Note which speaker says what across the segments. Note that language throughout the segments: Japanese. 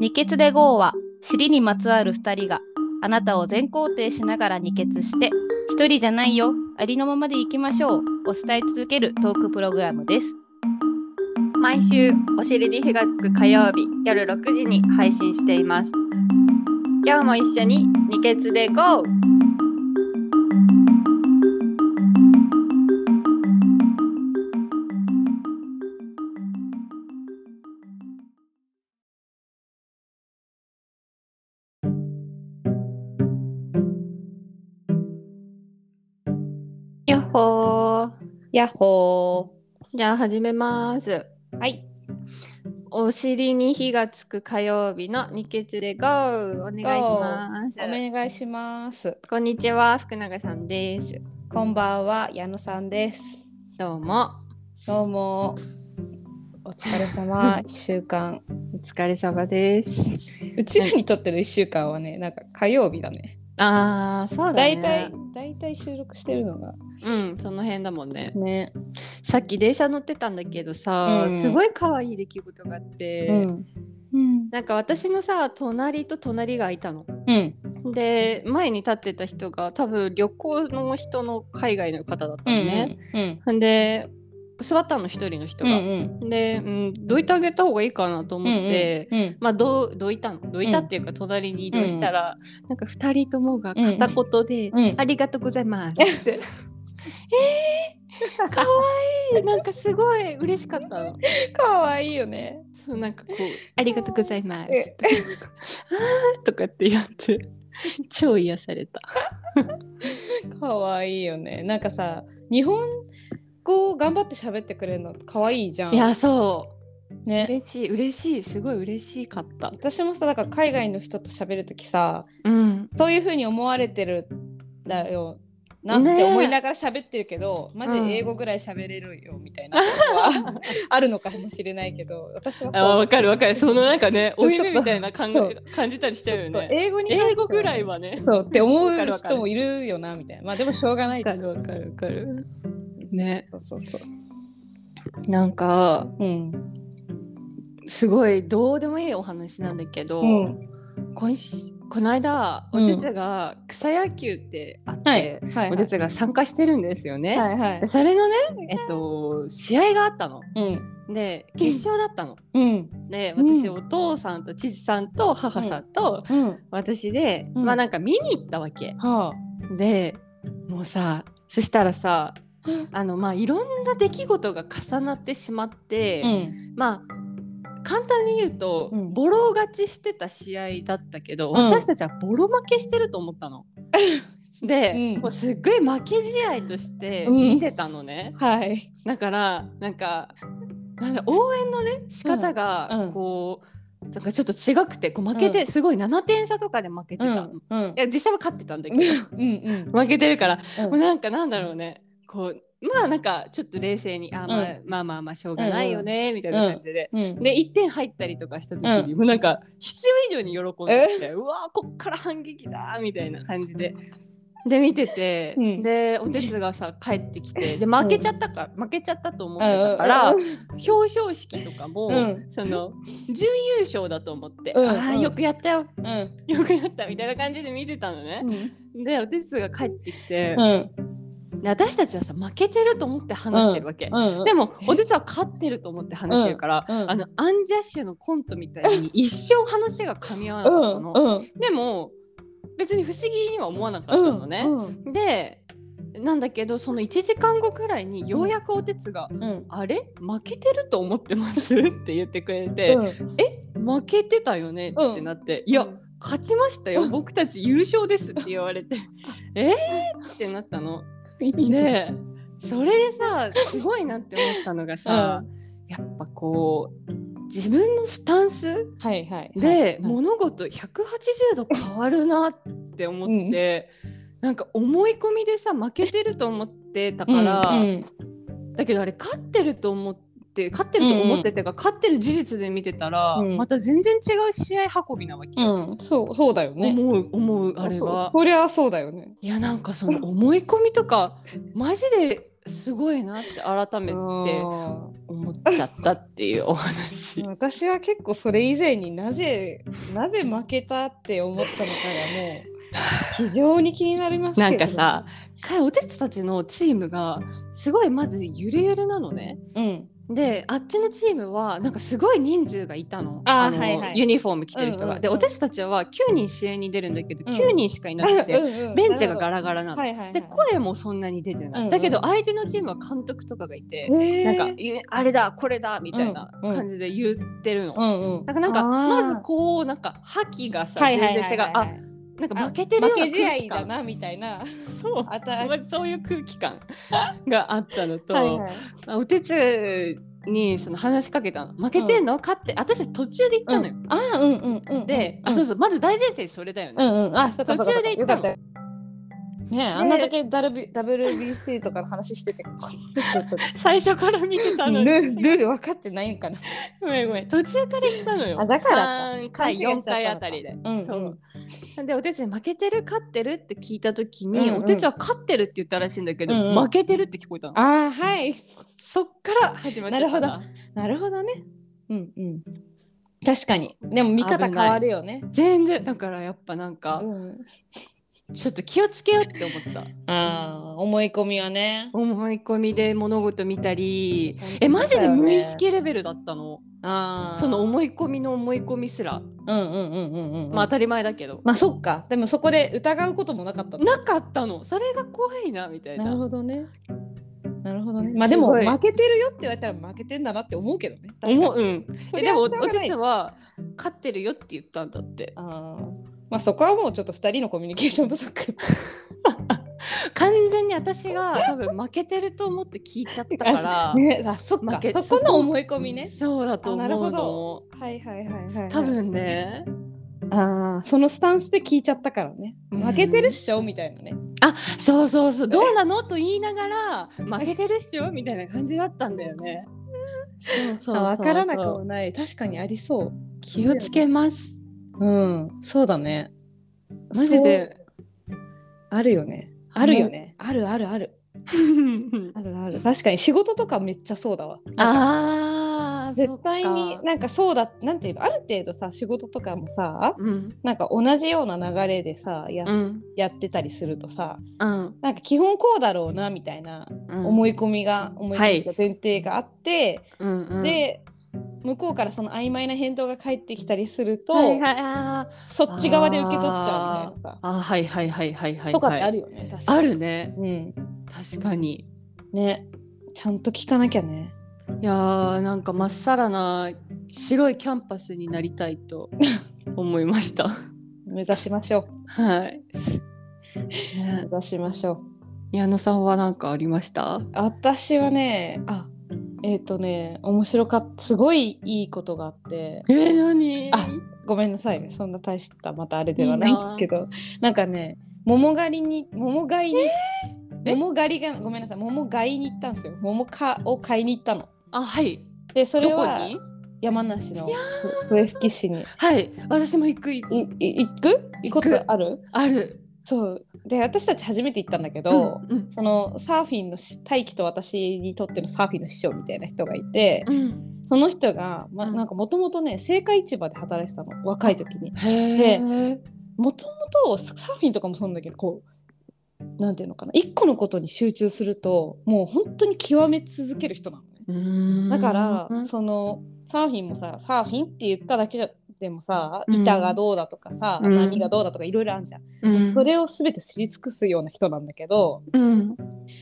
Speaker 1: 二血で GO は尻にまつわる2人があなたを全肯定しながら二血して一人じゃないよありのままでいきましょうを伝え続けるトークプログラムです
Speaker 2: 毎週お尻に火がつく火曜日夜6時に配信しています今日も一緒に二血で GO! やっほー
Speaker 1: やっほ
Speaker 2: じゃあ始めます
Speaker 1: ーはい
Speaker 2: お尻に火がつく火曜日の二血で GO! お願いします
Speaker 1: お願いします
Speaker 2: こんにちは福永さんです
Speaker 1: こんばんは矢野さんです
Speaker 2: どうも
Speaker 1: どうもお疲れ 様一週間
Speaker 2: お疲れ様です
Speaker 1: うちらにとっての一週間はねなんか火曜日だね
Speaker 2: あーそうだね
Speaker 1: だいたいだいたい収録してるのが
Speaker 2: うんその辺だもんね
Speaker 1: ね
Speaker 2: さっき電車乗ってたんだけどさ、
Speaker 1: うん
Speaker 2: すごい可愛い出来事があって、
Speaker 1: うんうん
Speaker 2: なんか私のさ隣と隣がいたの
Speaker 1: うん
Speaker 2: で前に立ってた人が多分旅行の人の海外の方だったのね、
Speaker 1: うん
Speaker 2: んで座ったの一人の人
Speaker 1: うんう
Speaker 2: が、
Speaker 1: ん
Speaker 2: で、うん、どいてあげた方がいいかなと思って、
Speaker 1: うん
Speaker 2: まあどうどいたのどいたっていうか隣に移動したら、なんか二人ともが片言で、
Speaker 1: うん
Speaker 2: ありがとうございます」って「え ー、かわいい!」なんかすごい嬉しかったの。
Speaker 1: 可愛いよね
Speaker 2: そうなんかこう「ありがとうございます」あーとかってやって超癒された。
Speaker 1: 可愛いよねなんかさ日本語を頑張って喋ってくれるの可愛いじゃん
Speaker 2: いやそう
Speaker 1: ね
Speaker 2: 嬉しい嬉しいすごい嬉しかった。
Speaker 1: 私もさだから海外の人と喋るときさ
Speaker 2: うん
Speaker 1: そういう風に思われてるんだよなって思いながら喋ってるけど、マジ
Speaker 2: うん
Speaker 1: 英語ぐらい喋れるよみたいなことはあるのかもしれないけど私は
Speaker 2: あわ
Speaker 1: そう
Speaker 2: かるわかるそのなんか ね
Speaker 1: そう
Speaker 2: 負い
Speaker 1: ちょっ
Speaker 2: 目
Speaker 1: と
Speaker 2: みたいな感
Speaker 1: そう
Speaker 2: 感じたりしちゃうよ
Speaker 1: そう
Speaker 2: ね。
Speaker 1: 英語に関しては
Speaker 2: 英語ぐらいはね。
Speaker 1: そうって思う
Speaker 2: わかるわかる
Speaker 1: 人もいるよなみたいなまあでもしょうがないです
Speaker 2: わかるわかる。ね
Speaker 1: そうそうそう
Speaker 2: なんか
Speaker 1: うん
Speaker 2: すごいどうでもいいお話なんだけど、
Speaker 1: うん
Speaker 2: 今しこの間おてつが草野球ってあって、
Speaker 1: はいはい
Speaker 2: おてつが参加してるんですよね。
Speaker 1: はいはい
Speaker 2: それのね、えっと、試合があったの。
Speaker 1: うん
Speaker 2: で決勝だったの。
Speaker 1: うん
Speaker 2: で
Speaker 1: うん
Speaker 2: 私、お父さんと父さんと母さんと
Speaker 1: うん
Speaker 2: 私で、
Speaker 1: うん
Speaker 2: まあなんか見に行ったわけ。
Speaker 1: はあ
Speaker 2: でもうさそしたらさあのまあいろんな出来事が重なってしまって。
Speaker 1: うん
Speaker 2: まあ簡単に言うと、
Speaker 1: うん
Speaker 2: ボロ勝ちしてた試合だったけど、
Speaker 1: うん
Speaker 2: 私たちはボロ負けしてると思っ たの。で、
Speaker 1: うん
Speaker 2: もうすっごい負け試合として
Speaker 1: うん
Speaker 2: 見てたのね、
Speaker 1: はい
Speaker 2: だからなんかなんだ応援のね仕方
Speaker 1: うんう
Speaker 2: が
Speaker 1: ん
Speaker 2: こう、なんかちょっと違くてこう負けて、
Speaker 1: う
Speaker 2: すごい7点差とかで負けて
Speaker 1: う
Speaker 2: たの、
Speaker 1: ん
Speaker 2: い
Speaker 1: うん
Speaker 2: や実際は勝ってたんだけ
Speaker 1: うん
Speaker 2: ど
Speaker 1: うん
Speaker 2: 負けてるから
Speaker 1: うん
Speaker 2: もうなんかなんだろうねこうまあなんかちょっと冷静にあ、まあ
Speaker 1: う
Speaker 2: まあまあまあしょうがないよね、みたいな感じで、
Speaker 1: うん
Speaker 2: で1点入ったりとかした時に、もうなんか必要以上に喜んでてうわーこっから反撃だーみたいな感じで。で見てて、
Speaker 1: うん
Speaker 2: でお手つがさ帰って きてで負けちゃったから、負けちゃったと思ってたから、
Speaker 1: うん
Speaker 2: 表彰式とかも、
Speaker 1: うん
Speaker 2: その準優勝だと思って、
Speaker 1: うん
Speaker 2: ああ
Speaker 1: うん
Speaker 2: よくやったよ
Speaker 1: うん
Speaker 2: よくやったみたいな感じで見てたのね。でお手つが帰ってきて、
Speaker 1: うん
Speaker 2: で私たちはさ負けてると思って話してるわけ、
Speaker 1: うん
Speaker 2: でもお実は勝ってると思って話してるから、
Speaker 1: うん
Speaker 2: あのアンジャッシュのコントみたいに一生話が噛み合わな
Speaker 1: う
Speaker 2: か
Speaker 1: ん
Speaker 2: ったの、
Speaker 1: うん
Speaker 2: でも別に不思議には思わなかったのね、
Speaker 1: うん
Speaker 2: でなんだけどその1時間後くらいにようやくおてつが「
Speaker 1: うん
Speaker 2: あれ負けてると思ってます?」って言ってくれて
Speaker 1: うん
Speaker 2: 「え負けてたよね?」ってなって「いや勝ちましたよ僕たち優勝です」って言 われて「えー!」ってなったの。でそれでさすごいなって思ったのがさ、やっぱこう自分のスタンス
Speaker 1: はいはい
Speaker 2: で、
Speaker 1: も
Speaker 2: 物事180度変わるなって思って、なんか思い込みでさ負けてると思ってたから、だけどあれ勝ってると思って勝ってると思っててか、勝ってる事実で見てたら、
Speaker 1: うん
Speaker 2: また全然違う試合運びなわけ、
Speaker 1: うんそうそうだよね
Speaker 2: 思う思うあれは
Speaker 1: そ。そりゃそうだよね
Speaker 2: いやなんかその思い込みとかマジですごいなって改めて
Speaker 1: うん
Speaker 2: 思っちゃったっていうお話
Speaker 1: 私は結構それ以前になぜなぜ負けたって思ったのかがもう非常に気になりますけど
Speaker 2: なんかさかおてつたちのチームがすごいまずゆるゆるなのね
Speaker 1: うん
Speaker 2: であっちのチームはなんかすごい人数がいたの
Speaker 1: あー
Speaker 2: の
Speaker 1: はいはい
Speaker 2: ユニフォーム着てる人が、
Speaker 1: うんうんうん
Speaker 2: でおてつたちは9人試合に出るんだけど、
Speaker 1: うん
Speaker 2: 9人しかいなくて
Speaker 1: うんうん
Speaker 2: ベンチがガラガラなの、
Speaker 1: はいはいはい、
Speaker 2: で声もそんなに出てない、
Speaker 1: うんうん
Speaker 2: だけど相手のチームは監督とかがいて、
Speaker 1: え
Speaker 2: な
Speaker 1: ー
Speaker 2: んかいあれだこれだみたいな
Speaker 1: うんうん
Speaker 2: 感じで言ってるの、
Speaker 1: うんうん
Speaker 2: なんかなんか
Speaker 1: あー
Speaker 2: まずこうなんか覇気がさ
Speaker 1: はい
Speaker 2: 全
Speaker 1: はい
Speaker 2: 然
Speaker 1: はいはい
Speaker 2: 違う
Speaker 1: は
Speaker 2: あ
Speaker 1: い
Speaker 2: なんか
Speaker 1: あ
Speaker 2: 負けてるような
Speaker 1: 負け
Speaker 2: 空気
Speaker 1: 試合だ
Speaker 2: 感
Speaker 1: なみたいな
Speaker 2: そう
Speaker 1: あた
Speaker 2: まずそういう空気感があったのと、
Speaker 1: はいはい
Speaker 2: あお手つにその話しかけたの負けてんの、勝って私たち途中で行ったのよ、
Speaker 1: あーうんうんうんうん
Speaker 2: で、
Speaker 1: うん
Speaker 2: あそうそうまず大前提それだよ
Speaker 1: う
Speaker 2: ね、
Speaker 1: んうんあそっかそっか
Speaker 2: 途中で行ったの
Speaker 1: よかよねえあんなだけ W- WBC とかの話してて
Speaker 2: 最初から見てた
Speaker 1: ル
Speaker 2: のに
Speaker 1: ールル分かってないんかな
Speaker 2: ごめんごめん途中から行ったのよ
Speaker 1: あだから
Speaker 2: 3回
Speaker 1: 勘違い
Speaker 2: 4
Speaker 1: しちゃったのか
Speaker 2: 回あたりで、
Speaker 1: うんうん
Speaker 2: そうでお手つに負けてる勝ってるって聞いた時に、
Speaker 1: うんうん
Speaker 2: お手つは勝ってるって言ったらしいんだけど、
Speaker 1: うんうん
Speaker 2: 負けてるって聞こえたの
Speaker 1: ああはい
Speaker 2: そっから始まっちゃっ
Speaker 1: なる
Speaker 2: た
Speaker 1: なるほどねうんうん確かにでも見方変わるよね
Speaker 2: 全然だからやっぱなんか、
Speaker 1: うん、
Speaker 2: ちょっと気をつけようって思った
Speaker 1: ああ思い込みはね
Speaker 2: 思い込みで物事見たりえ
Speaker 1: 本
Speaker 2: マ
Speaker 1: 当だ
Speaker 2: ジ
Speaker 1: よ
Speaker 2: で
Speaker 1: ね
Speaker 2: 無意識レベルだったの、
Speaker 1: ああ
Speaker 2: その思い込みの思い込みすら、
Speaker 1: うんうんうんうんうんうん
Speaker 2: まあ当たり前だけど、
Speaker 1: まあそっかでもそこで疑うこともなかったの
Speaker 2: なかったのそれが怖いなみたいな
Speaker 1: なるほどねなるほどね
Speaker 2: すごい
Speaker 1: まあでも負けてるよって言われたら負けてんだなって思うけどね確かに
Speaker 2: 思ううん
Speaker 1: そ
Speaker 2: え
Speaker 1: れ
Speaker 2: でも
Speaker 1: は
Speaker 2: お
Speaker 1: しょうがな
Speaker 2: て
Speaker 1: い
Speaker 2: つは勝ってるよって言ったん だって
Speaker 1: あーまあそこはもうちょっと2人のコミュニケーション不足、
Speaker 2: 完全に私が多分負けてると思って聞いちゃったから
Speaker 1: ねあそっ
Speaker 2: 負
Speaker 1: か
Speaker 2: け
Speaker 1: そこの思い込みね
Speaker 2: そうだと思
Speaker 1: あなる
Speaker 2: う
Speaker 1: ほ
Speaker 2: の
Speaker 1: どはいはいはいはい、はい、
Speaker 2: 多分ね
Speaker 1: あーそのスタンスで聞いちゃったからね
Speaker 2: うん
Speaker 1: 負けてるっしょみたいなね
Speaker 2: そうそうそうどうなのと言いながら負けてるっしょみたいな感じだったんだよねそうそう
Speaker 1: あ
Speaker 2: そう
Speaker 1: 分からなくもない確かにありそ
Speaker 2: 気をつけます
Speaker 1: ううんそうだね
Speaker 2: マジで
Speaker 1: そうあるよねあるよねあるあるあるあるある確かに仕事とかめっちゃそうだわ
Speaker 2: あ ーそっ
Speaker 1: 絶
Speaker 2: か
Speaker 1: 対になんかそうだなんていうのある程度さ仕事とかもさ
Speaker 2: うん
Speaker 1: なんか同じような流れでさや,、
Speaker 2: うん
Speaker 1: やってたりするとさ
Speaker 2: うん
Speaker 1: なんか基本こうだろうなみたいな思
Speaker 2: い、
Speaker 1: い込みが、思い
Speaker 2: は
Speaker 1: 込
Speaker 2: い
Speaker 1: みが前提があって、
Speaker 2: うんうん、
Speaker 1: で向こうからその曖昧な返答が返ってきたりすると、
Speaker 2: はいはいあー
Speaker 1: そっち側で受け取っちゃうみたいなさ、
Speaker 2: あーはいはいはいはいはいはい
Speaker 1: とかってあるよね確かに
Speaker 2: あるね
Speaker 1: うん
Speaker 2: 確かに
Speaker 1: ねちゃんと聞かなきゃね
Speaker 2: いやーなんかまっさらな白いキャンパスになりたいと思いました
Speaker 1: 目指しましょ
Speaker 2: はい、
Speaker 1: う目
Speaker 2: ね
Speaker 1: 指しましょう
Speaker 2: 矢野さんは何かありました
Speaker 1: 私はねあえっ、とね面白かったすごいいいことがあって
Speaker 2: えー、何
Speaker 1: あごめんなさいねそんな大したまたあれではないんですけどな なんかね桃狩りに桃買いに、
Speaker 2: え
Speaker 1: 桃狩りがごめんなさい桃買いに行ったんですよ桃かを買いに行ったの
Speaker 2: あはい
Speaker 1: でそれ
Speaker 2: どこ
Speaker 1: は
Speaker 2: に
Speaker 1: 山梨の笛吹市に
Speaker 2: はい私も行く行く
Speaker 1: いい行く行くこ
Speaker 2: 行く
Speaker 1: とある
Speaker 2: ある
Speaker 1: そうで私たち初めて行ったんだけど、
Speaker 2: うんうん
Speaker 1: そのサーフィンのし大輝と私にとってのサーフィンの師匠みたいな人がいて、
Speaker 2: うん、
Speaker 1: その人が、ま、
Speaker 2: うん
Speaker 1: なんかもともとね青果市場で働いてたの若い時に
Speaker 2: へえ
Speaker 1: もともとサーフィンとかもそうなんだけどこうなんていうのかな一個のことに集中するともう本当に極め続ける人なのねだから、そのサーフィンもさサーフィンって言っただけじゃでもさ
Speaker 2: うん
Speaker 1: 板がどうだとかさ、
Speaker 2: うん
Speaker 1: 波がどうだとかいろいろあるじゃん、
Speaker 2: うん
Speaker 1: それを全て知り尽くすような人なんだけど
Speaker 2: うん、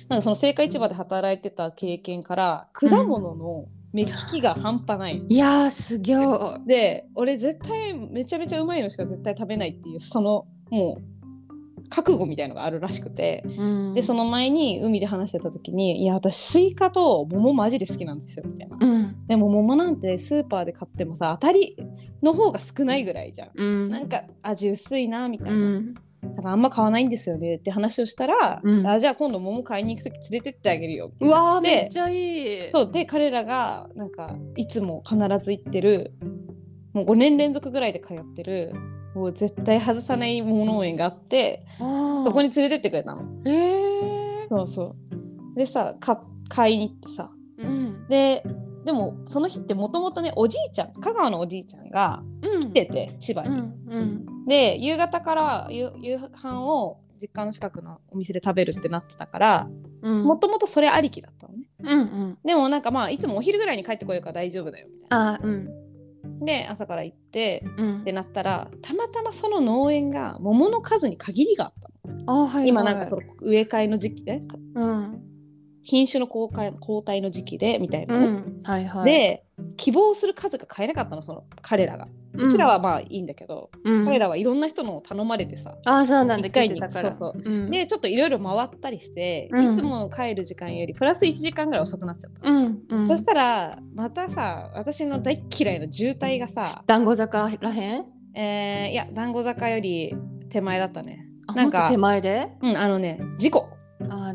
Speaker 1: なんかその青果市場で働いてた経験から果物の目利きが半端ない、
Speaker 2: いやーすげえ
Speaker 1: で俺絶対めちゃめちゃうまいのしか絶対食べないっていうそのもう覚悟みたいのがあるらしくてでそ
Speaker 2: の
Speaker 1: の前に海で話してた時に「いや私スイカと桃マジで好きなんですよ」みたいな
Speaker 2: うん
Speaker 1: でも桃なんてスーパーで買ってもさ当たりの方が少ないぐらいじゃん
Speaker 2: うん
Speaker 1: なんか味薄いなみたいうな、
Speaker 2: ん
Speaker 1: だからあんま買わないんですよねって話をしたら、
Speaker 2: うん
Speaker 1: あじゃあ今度桃買いに行く時連れてってあげるよ
Speaker 2: うわー
Speaker 1: で
Speaker 2: めっちゃいい
Speaker 1: そうで彼らがなんかいつも必ず行ってるもう5年連続ぐらいで通ってるもう絶対外さない桃農園があって
Speaker 2: あ
Speaker 1: そこ
Speaker 2: に
Speaker 1: に連れてってくれたの
Speaker 2: へえ
Speaker 1: そうそうでさか買いに行ってさ
Speaker 2: うん
Speaker 1: ででもその日ってもともとねおじいちゃん香川のおじいちゃんが来てて、千葉
Speaker 2: う
Speaker 1: に。
Speaker 2: んうん
Speaker 1: で夕方から夕夕飯を実家の近くのお店で食べるってなってたから
Speaker 2: うん
Speaker 1: もともとそれありきだったのね。
Speaker 2: うんうん
Speaker 1: でもなんかまあいつもお昼ぐらいに帰ってこようから大丈夫だよみたい
Speaker 2: あうん
Speaker 1: な。で朝から行って
Speaker 2: うん
Speaker 1: ってなったらたまたまその農園が桃の数に限りがあったの。
Speaker 2: あはいはい
Speaker 1: 今なんかその植え替えの時期で
Speaker 2: うん
Speaker 1: 品種の交換交代の時期でみたいうなね。
Speaker 2: んはいはい
Speaker 1: で希望する数が買えなかったのその彼らが。うちらはまあいいんだけど、
Speaker 2: うん
Speaker 1: 彼らはいろんな人のを頼まれてさ。
Speaker 2: あそうなんだ
Speaker 1: 一回
Speaker 2: 聞い
Speaker 1: に
Speaker 2: てたから
Speaker 1: そうそ
Speaker 2: うん
Speaker 1: でちょっといろいろ回ったりして、
Speaker 2: うん
Speaker 1: いつも帰る時間よりプラス1時間ぐらい遅くなっちゃったの、
Speaker 2: うんうん
Speaker 1: そしたらまたさ私の大っ嫌いな渋滞がさ、
Speaker 2: 団子坂らへん
Speaker 1: えーいや団子坂より手前だったね
Speaker 2: あ
Speaker 1: な
Speaker 2: も
Speaker 1: ん
Speaker 2: っ
Speaker 1: か
Speaker 2: と手前で
Speaker 1: うんあのね事故
Speaker 2: あ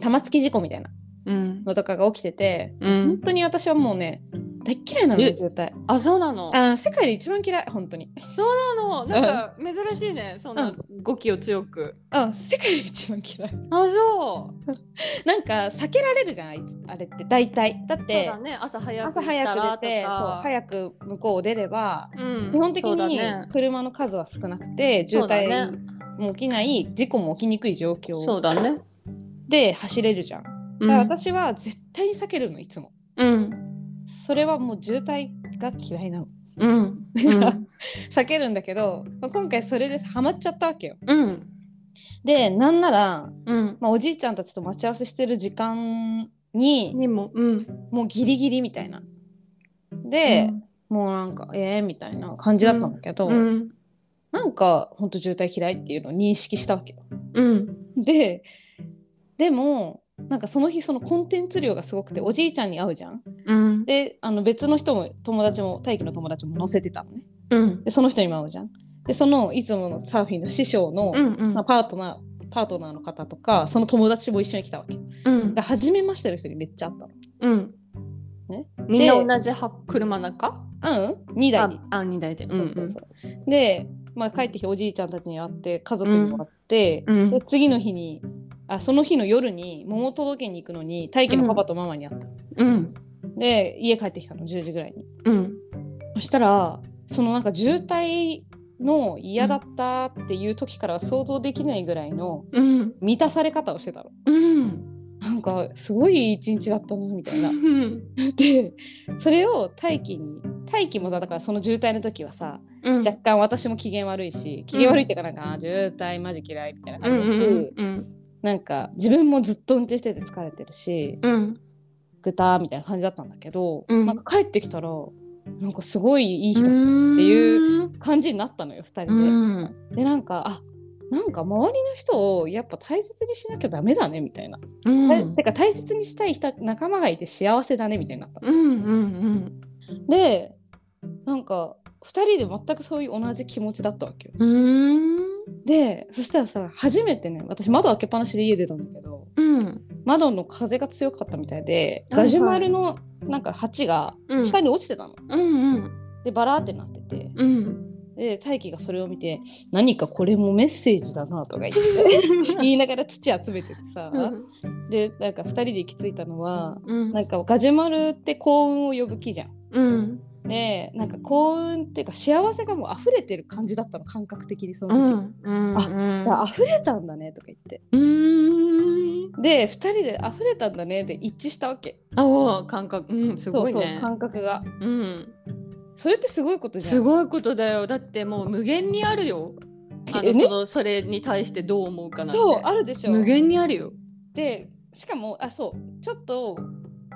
Speaker 1: 玉突き事故みたいな
Speaker 2: うん
Speaker 1: のとかが起きてて、
Speaker 2: うん
Speaker 1: 本当に私はもうね大っ嫌いなのよ
Speaker 2: じ
Speaker 1: 渋滞
Speaker 2: あそうなの
Speaker 1: あの世界で一番嫌い本当に
Speaker 2: そうなのなんか珍しいねそんな語気を強く
Speaker 1: あ世界で一番嫌い
Speaker 2: あそう
Speaker 1: なんか避けられるじゃんあいつあれって大体だっ
Speaker 2: そう
Speaker 1: て
Speaker 2: だね朝早く
Speaker 1: 朝
Speaker 2: 行った
Speaker 1: 早く
Speaker 2: ら
Speaker 1: 出て
Speaker 2: と
Speaker 1: そう
Speaker 2: か
Speaker 1: 早く向こうを出れば
Speaker 2: うん
Speaker 1: 基本的
Speaker 2: そうだ
Speaker 1: に
Speaker 2: ね
Speaker 1: 車の数は少なくて渋
Speaker 2: そうだね
Speaker 1: 滞も起きない事故も起きにくい状
Speaker 2: そ
Speaker 1: 況
Speaker 2: うだね
Speaker 1: で走れるじゃん。だか
Speaker 2: うん
Speaker 1: ら私は絶対に避けるのいつも。
Speaker 2: うん
Speaker 1: それはもう渋滞が嫌いなの。
Speaker 2: うん うん
Speaker 1: 避けるんだけど、まあ、今回それでハマっちゃったわけよ。
Speaker 2: うん
Speaker 1: でなんなら、
Speaker 2: うん
Speaker 1: まあ、おじいちゃんたちと待ち合わせしてる時間に
Speaker 2: にもうん
Speaker 1: もうギリギリみたいな。で、もうなんかえー、みたいな感じだったんだけど、
Speaker 2: うん
Speaker 1: なんかほんと渋滞嫌いっていうのを認識したわけよ。
Speaker 2: うん
Speaker 1: ででもなんかその日そのコンテンツ量がすごくておじいちゃんに会うじゃん。
Speaker 2: うん
Speaker 1: であの別の人も友達も大輝の友達も乗せてたのね。
Speaker 2: うん
Speaker 1: でその人にも会うじゃん。でそのいつものサーフィンの師匠の、
Speaker 2: うんうん
Speaker 1: まあ、パートナーパートナーの方とかその友達も一緒に来たわけ。
Speaker 2: うん
Speaker 1: で初めましての人にめっちゃ会ったの。
Speaker 2: うん
Speaker 1: ね
Speaker 2: みんな同じは車中
Speaker 1: うん2台に
Speaker 2: ああ二台でう
Speaker 1: そうそうそうで、まあ、帰ってきておじいちゃんたちに会って家族にも会って、
Speaker 2: うん
Speaker 1: で次の日にあその日の夜に桃届けに行くのに大輝のパパとママに会った、
Speaker 2: うん
Speaker 1: で家帰ってきたの10時ぐらいに
Speaker 2: うん
Speaker 1: そしたらそのなんか渋滞の嫌だったっていう時からは想像できないぐらいの
Speaker 2: うん
Speaker 1: 満たされ方をしてたの
Speaker 2: うん
Speaker 1: なんかすごいいい一日だったなみたいな
Speaker 2: うん
Speaker 1: でそれを大輝に大輝もだからその渋滞の時はさ
Speaker 2: うん
Speaker 1: 若干私も機嫌悪いし機嫌悪いっていうかなんか、あー渋滞マジ嫌いみたいな
Speaker 2: うん
Speaker 1: 感じだし、
Speaker 2: うん
Speaker 1: なんか自分もずっと運転してて疲れてるし
Speaker 2: うん
Speaker 1: ぐたーみたいな感じだったんだけど、
Speaker 2: うん
Speaker 1: なんか帰ってきたらなんかすごいいい日だっ
Speaker 2: って
Speaker 1: いうた感じになったのよ2人で。
Speaker 2: ん
Speaker 1: でなんかあなんか周りの人をやっぱ大切にしなきゃダメだねみたいな。
Speaker 2: うん
Speaker 1: たてか大切にしたい人仲間がいて幸せだねみたいになった。
Speaker 2: うんうん
Speaker 1: でなんか2人で全くそういう同じ気持ちだったわけよ。
Speaker 2: うん
Speaker 1: でそしたらさ初めてね私窓開けっぱなしで家出たんだけど
Speaker 2: うん
Speaker 1: 窓の風が強かったみたいでガ
Speaker 2: はいはい
Speaker 1: ジュマルのなんか鉢が
Speaker 2: うん
Speaker 1: 下に落ちてたの、
Speaker 2: うん
Speaker 1: でバラーってなってて
Speaker 2: うんうん
Speaker 1: で大輝がそれを見て何かこれもメッセージだなとか言って 言いながら土集めててさ、でなんか2人で行き着いたのは
Speaker 2: うん
Speaker 1: なんかガジュマルって幸運を呼ぶ木じゃん。
Speaker 2: うん
Speaker 1: でなんか幸運っていうか幸せがもう溢れてる感じだったの感覚的にその
Speaker 2: う
Speaker 1: 時、
Speaker 2: んうん
Speaker 1: だから溢れたんだねとか言って
Speaker 2: うん
Speaker 1: で2人で溢れたんだねで一致したわけ
Speaker 2: あお感覚うんすごい
Speaker 1: そうそ
Speaker 2: ね
Speaker 1: う感覚が
Speaker 2: うん
Speaker 1: それってすごいことじゃん
Speaker 2: すごいことだよだってもう無限にあるよあ
Speaker 1: え
Speaker 2: の
Speaker 1: ね
Speaker 2: そのそれに対してどう思うかなんて
Speaker 1: そうあるでしょ
Speaker 2: 無限にあるよ
Speaker 1: でしかもあそうちょっと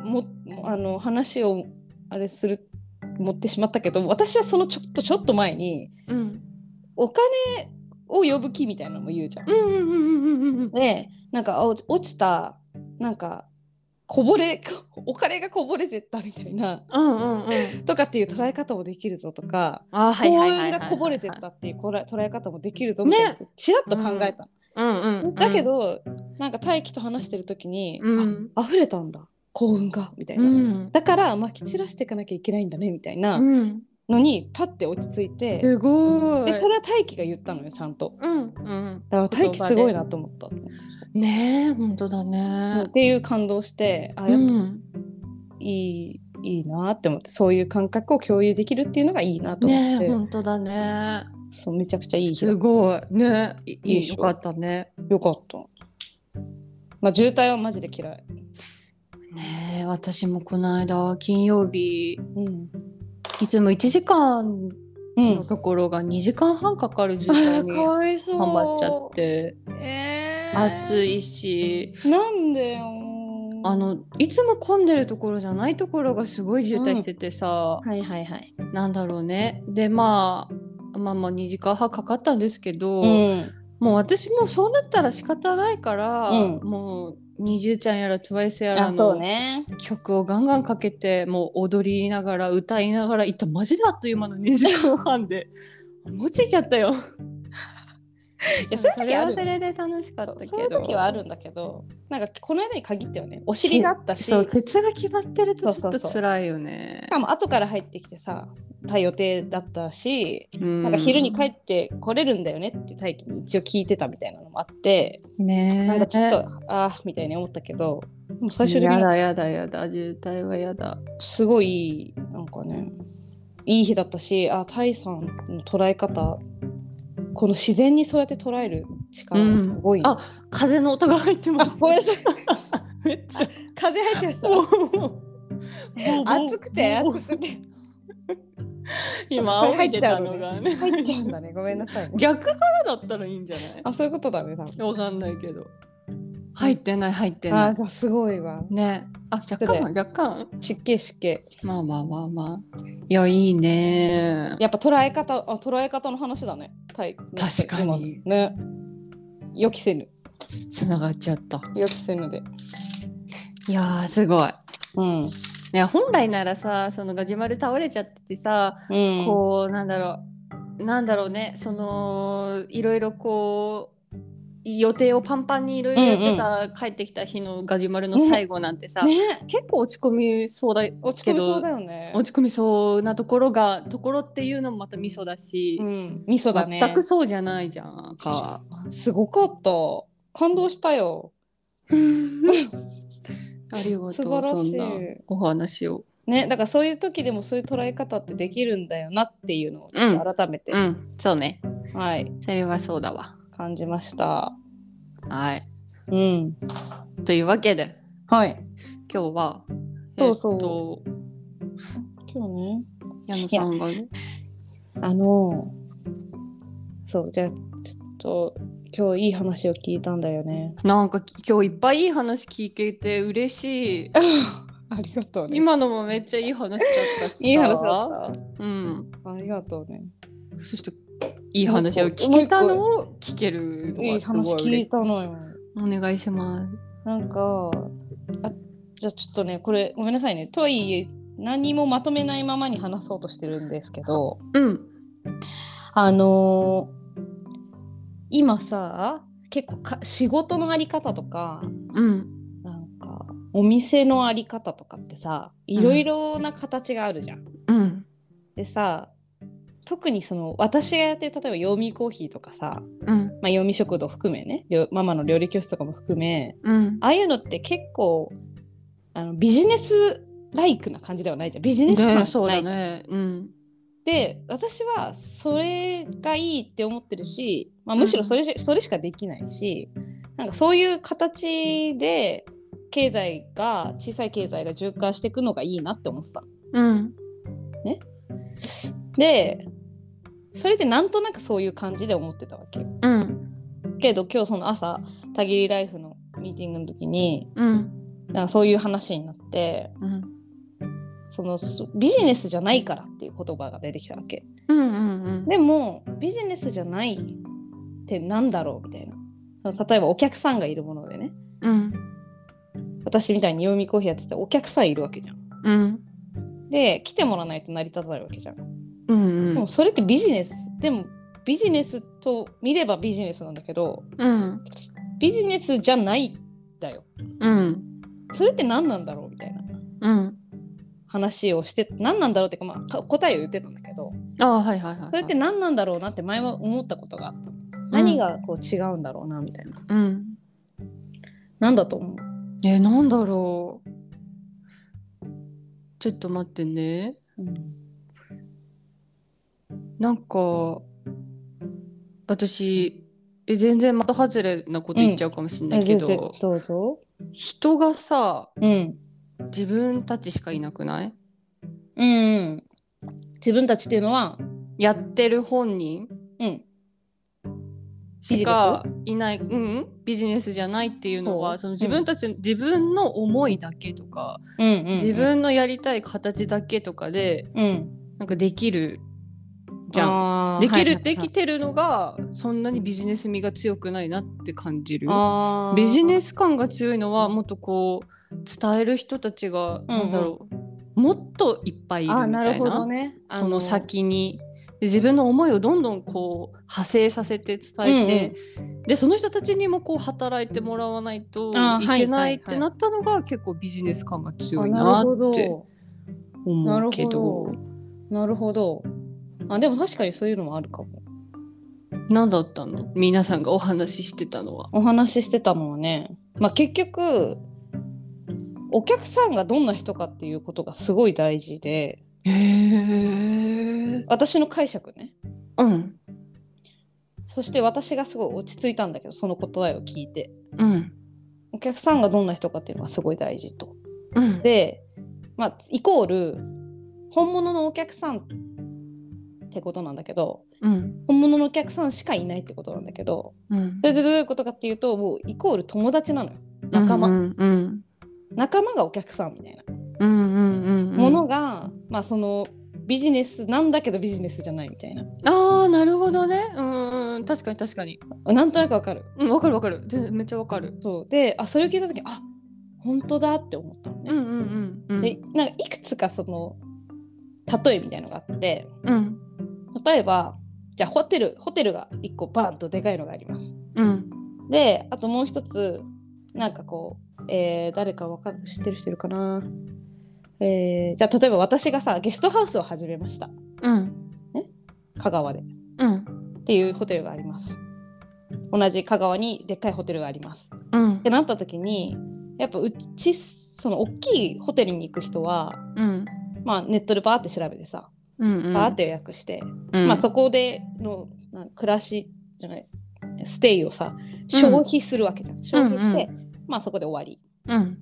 Speaker 1: もあの話をあれする持ってしまったけど私はそのちょっとちょっと前に
Speaker 2: うん
Speaker 1: お金を呼ぶ木みたいなのも言うじゃん。
Speaker 2: うんうんうんうんうん
Speaker 1: でなんかあ落ち落ちたなんかこぼれ お金がこぼれてったみたいな
Speaker 2: うんうんうん
Speaker 1: とかっていう捉え方もできるぞとか
Speaker 2: あはい
Speaker 1: 幸
Speaker 2: はいは
Speaker 1: 運
Speaker 2: いはいはい
Speaker 1: がこぼれてったっていうこら捉え方もできるぞみたいなことちらっと考えたの、
Speaker 2: うんうんうん
Speaker 1: だけどなんか大輝と話してる時に、
Speaker 2: うん
Speaker 1: あ溢れたんだ幸運がみたいうな、
Speaker 2: ん
Speaker 1: だからまき散らしていかなきゃいけないんだねみたいな
Speaker 2: うん
Speaker 1: のにパッて落ち着いて、
Speaker 2: すごい
Speaker 1: でそれは大輝が言ったのよちゃんと
Speaker 2: うんうん
Speaker 1: だから大輝すごいなと思った、
Speaker 2: ねえ本当だ
Speaker 1: うん
Speaker 2: ね
Speaker 1: っていう感動してあ
Speaker 2: う
Speaker 1: やっぱ
Speaker 2: ん
Speaker 1: いいいいなって思ってそういう感覚を共有できるっていうのがいいなと思っ
Speaker 2: ね
Speaker 1: て、
Speaker 2: え本当だね
Speaker 1: そうめちゃくちゃいい日だ
Speaker 2: すごいねい
Speaker 1: いい
Speaker 2: い
Speaker 1: でしょ
Speaker 2: よかったね
Speaker 1: よかった、まあ、渋滞はマジで嫌い、
Speaker 2: ねえ私もこの間金曜日
Speaker 1: うん
Speaker 2: いつも1時間
Speaker 1: う
Speaker 2: の
Speaker 1: ん、
Speaker 2: ところが2時間半かかる渋
Speaker 1: あ
Speaker 2: 滞
Speaker 1: ら
Speaker 2: に
Speaker 1: か
Speaker 2: は
Speaker 1: わいそう
Speaker 2: まっちゃって
Speaker 1: えー、
Speaker 2: 暑いし
Speaker 1: なんでよ
Speaker 2: あのいつも混んでるところじゃないところがすごい渋滞しててさ、
Speaker 1: はいはいはい
Speaker 2: なんだろうねでまあまあまあ2時間半かかったんですけど、
Speaker 1: うん
Speaker 2: もう私もそうなったら仕方ないから、
Speaker 1: うん
Speaker 2: もう20ちゃんやら TWICE やら
Speaker 1: あそう
Speaker 2: の
Speaker 1: ね
Speaker 2: 曲をガンガンかけてもう踊りながら歌いながら行ったマジであっという間の2時間半でもうついちゃったよ
Speaker 1: いやそういう
Speaker 2: そ
Speaker 1: 時
Speaker 2: れ
Speaker 1: あ
Speaker 2: は
Speaker 1: る
Speaker 2: それで楽しかった
Speaker 1: そ
Speaker 2: け
Speaker 1: うそ
Speaker 2: ど
Speaker 1: ういう時はあるんだけどなんかこの間に限ってはねお尻があったし
Speaker 2: そうケツが決まってるとちょっ
Speaker 1: そ
Speaker 2: と
Speaker 1: うそうそう
Speaker 2: 辛いよね
Speaker 1: しかも後から入ってきてさた予定だったし
Speaker 2: な
Speaker 1: なんか昼に帰ってこれるんだよねって待機に一応聞いてたみたいなのもあって、
Speaker 2: ねえ
Speaker 1: なんかちょっとああみたいに思ったけどでも最終的
Speaker 2: や
Speaker 1: に
Speaker 2: だやだやだ渋滞はやだ
Speaker 1: すごいなんかねいい日だったしあタイさんの捉え方この自然にそうやって捉える力がすごいな、
Speaker 2: うん風の音が入って
Speaker 1: あ
Speaker 2: ます
Speaker 1: ごめんなさい
Speaker 2: めっちゃ
Speaker 1: 風入ってました暑くて暑くて
Speaker 2: 今
Speaker 1: これ
Speaker 2: 入
Speaker 1: 入
Speaker 2: っ
Speaker 1: ってち
Speaker 2: た
Speaker 1: ゃう
Speaker 2: の
Speaker 1: の
Speaker 2: が
Speaker 1: ね
Speaker 2: ね
Speaker 1: 入っちゃうんだねごめんなさい、ね、
Speaker 2: 逆からだったらいいんじゃない
Speaker 1: あそういうことだね多分
Speaker 2: わかんないけど入ってない入ってな
Speaker 1: あ
Speaker 2: い
Speaker 1: ーすごいわ
Speaker 2: ねあ若
Speaker 1: 失礼
Speaker 2: 干若干
Speaker 1: 湿気湿気
Speaker 2: まあまあまあまあいやいいね
Speaker 1: やっぱ捉え方あ捉え方の話だね。たい
Speaker 2: 確かに
Speaker 1: 今ね。予期せぬ
Speaker 2: つながっちゃった
Speaker 1: 予期せぬで。
Speaker 2: いやーすごい
Speaker 1: うん。
Speaker 2: ね、本来ならさそのガジュマル倒れちゃっててさ、
Speaker 1: うん、
Speaker 2: こうなんだろうなんだろうねそのいろいろこう予定をパンパンにいろいろやってた、帰ってきた日のガジュマルの最後なんてさ、
Speaker 1: ね
Speaker 2: 結構落ち込みそうだ
Speaker 1: 落ち込みそうだよね。
Speaker 2: 落ち込みそうなところがところっていうのもまたミソだし、
Speaker 1: うん。味噌だね。
Speaker 2: 全くそうじゃないじゃんか。
Speaker 1: すごかった。感動したよ。
Speaker 2: ありがとう
Speaker 1: 素晴らしい
Speaker 2: そんなお話を。
Speaker 1: ね、だからそういう時でもそういう捉え方ってできるんだよなっていうのをちょっと改めて、
Speaker 2: うんそうね
Speaker 1: はい
Speaker 2: それはそうだわ。
Speaker 1: 感じました。
Speaker 2: はい
Speaker 1: うん。
Speaker 2: というわけで。
Speaker 1: はい。
Speaker 2: 今日は
Speaker 1: そうそう
Speaker 2: えっと
Speaker 1: 今日ね。
Speaker 2: 矢野さんがね
Speaker 1: あのそうじゃあちょっと今日いい話を聞いたんだよね。
Speaker 2: なんか今日いっぱいいい話聞けて嬉 しい
Speaker 1: ありがとうね。
Speaker 2: 今のもめっちゃいい話だったしさ
Speaker 1: いい話だっ
Speaker 2: うん
Speaker 1: た。ありがとうね。
Speaker 2: そしていい話を聞けたのを聞けるの
Speaker 1: いい
Speaker 2: がす
Speaker 1: 話
Speaker 2: ごい嬉
Speaker 1: 聞
Speaker 2: しい
Speaker 1: いたのよ。
Speaker 2: お願いします
Speaker 1: なんかあじゃあちょっとねこれごめんなさいねとはいえ何もまとめないままに話そうとしてるんですけど
Speaker 2: うん
Speaker 1: あのー今さ結構か仕事のあり方とか
Speaker 2: うん
Speaker 1: なんかお店のあり方とかってさいろいろな形があるじゃん。
Speaker 2: うん
Speaker 1: でさ特にその私がやってる例えばヨミコーヒーとかさ、
Speaker 2: うん
Speaker 1: まあ、ヨミ食堂含めねりょママの料理教室とかも含め
Speaker 2: うん
Speaker 1: ああいうのって結構あのビジネスライクな感じではないじゃんビジネス感
Speaker 2: ね
Speaker 1: ないじ
Speaker 2: そう
Speaker 1: ゃ
Speaker 2: だ
Speaker 1: ん、
Speaker 2: ねうん
Speaker 1: で私はそれがいいって思ってるし、まあ、むしろそれ,、それしかできないしなんかそういう形で経済が小さい経済が循環していくのがいいなって思ってたの
Speaker 2: うん
Speaker 1: でそれでなんとなくそういう感じで思ってたわけ
Speaker 2: うん
Speaker 1: けど今日その朝「たぎりライフ」のミーティングの時に
Speaker 2: うん
Speaker 1: なんかそういう話になって
Speaker 2: うん
Speaker 1: そのそビジネスじゃないからっていう言葉が出てきたわけ
Speaker 2: うんうんうん
Speaker 1: でもビジネスじゃないってなんだろうみたいな例えばお客さんがいるものでね
Speaker 2: うん
Speaker 1: 私みたいに読みコーヒーやっててお客さんいるわけじゃん
Speaker 2: うん
Speaker 1: で来てもらわないと成り立たないわけじゃん
Speaker 2: うん
Speaker 1: でもそれってビジネスでもビジネスと見ればビジネスなんだけど
Speaker 2: うん
Speaker 1: ビジネスじゃないんだよ
Speaker 2: うん
Speaker 1: それって何なんだろうみたいな
Speaker 2: うん
Speaker 1: 話をして何なんだろうっていうか,、まあ、か答えを言ってたんだけど
Speaker 2: ああはいはいはいはい
Speaker 1: それって何なんだろうなって前は思ったことがあった、何がこう違うんだろうなみたいな
Speaker 2: うん
Speaker 1: 何だと思う
Speaker 2: えーなんだろうちょっと待ってね。
Speaker 1: うん
Speaker 2: なんか私え全然的外れなこと言っちゃうかもしれないけ
Speaker 1: 全然
Speaker 2: ど、
Speaker 1: どうぞ。
Speaker 2: 人がさ
Speaker 1: うん。
Speaker 2: 自分たちしかいなくない
Speaker 1: うん。自分たちっていうのは、
Speaker 2: やってる本人
Speaker 1: うん。
Speaker 2: しかいない、うん、ビジネスじゃないっていうの
Speaker 1: ほ
Speaker 2: は
Speaker 1: う
Speaker 2: その自分たちの、自分の思いだけとか、
Speaker 1: うんうん、うん。
Speaker 2: 自分のやりたい形だけとかで
Speaker 1: うん。
Speaker 2: なんかできるじゃん。
Speaker 1: ゃ
Speaker 2: できる、できてるのがそんなにビジネス味が強くないなって感じる。
Speaker 1: あー
Speaker 2: ビジネス感が強いのはもっとこう伝える人たちが、なんだろうもっといっぱいいるみ
Speaker 1: あー
Speaker 2: たいな
Speaker 1: なるほどね。あ
Speaker 2: その先にで自分の思いをどんどんこう派生させて伝えて、でその人たちにもこう働いてもらわないと
Speaker 1: あー
Speaker 2: い
Speaker 1: はい
Speaker 2: けない
Speaker 1: は
Speaker 2: っ
Speaker 1: いは
Speaker 2: て
Speaker 1: い
Speaker 2: なったのが結構ビジネス感が強
Speaker 1: あ
Speaker 2: い
Speaker 1: な
Speaker 2: な
Speaker 1: るほ
Speaker 2: っ
Speaker 1: ど
Speaker 2: て思うけ
Speaker 1: なる
Speaker 2: ど
Speaker 1: ほなるほど。あでも確かにそういうのもあるかも。
Speaker 2: 何だったの皆さんがお話ししてたのは。
Speaker 1: お話ししてたのはね、まあ、結局お客さんがどんな人かっていうことがすごい大事で
Speaker 2: へえ。
Speaker 1: 私の解釈ね
Speaker 2: うん
Speaker 1: そして私がすごい落ち着いたんだけどその答えを聞いて
Speaker 2: うん
Speaker 1: お客さんがどんな人かっていうのがすごい大事と。
Speaker 2: うん。
Speaker 1: で、まあ、イコール本物のお客さんってことなんだけど
Speaker 2: うん
Speaker 1: 本物のお客さんしかいないってことなんだけど
Speaker 2: うん
Speaker 1: それでどういうことかっていうともうイコール友達なのよ仲間、
Speaker 2: うんうん
Speaker 1: 仲間がお客さんみたいな
Speaker 2: うんうんうんうん。
Speaker 1: ものが、まあそのビジネスなんだけどビジネスじゃないみたいな
Speaker 2: ああなるほどね。うんうん確かに確かに。
Speaker 1: なんとなくわかる
Speaker 2: うんわかるわかる。全然めっちゃわかる。
Speaker 1: そうであそれを聞いた時あ本当だって思ったの
Speaker 2: うん
Speaker 1: ね、
Speaker 2: うんうんうん。
Speaker 1: でなんかいくつかその例えみたいのがあって
Speaker 2: うん
Speaker 1: 例えばじゃあホテルホテルが1個バーンとでかいのがあります
Speaker 2: うん
Speaker 1: であともう一つなんかこう、えー誰かわかる知ってる人いるかなえーじゃあ例えば私がさゲストハウスを始めました
Speaker 2: うん
Speaker 1: 香川で
Speaker 2: うん
Speaker 1: っていうホテルがあります。同じ香川にでっかいホテルがあります。っ
Speaker 2: うん
Speaker 1: てなった時にやっぱうちその大きいホテルに行く人は、
Speaker 2: うん
Speaker 1: まあ、ネットでバーって調べてさ
Speaker 2: うん
Speaker 1: バーって予約して、
Speaker 2: うん
Speaker 1: まあ、そこでのなん暮らしじゃないですステイをさ消費するわけじゃん、消費して、まあ、そこで終わ
Speaker 2: うん
Speaker 1: り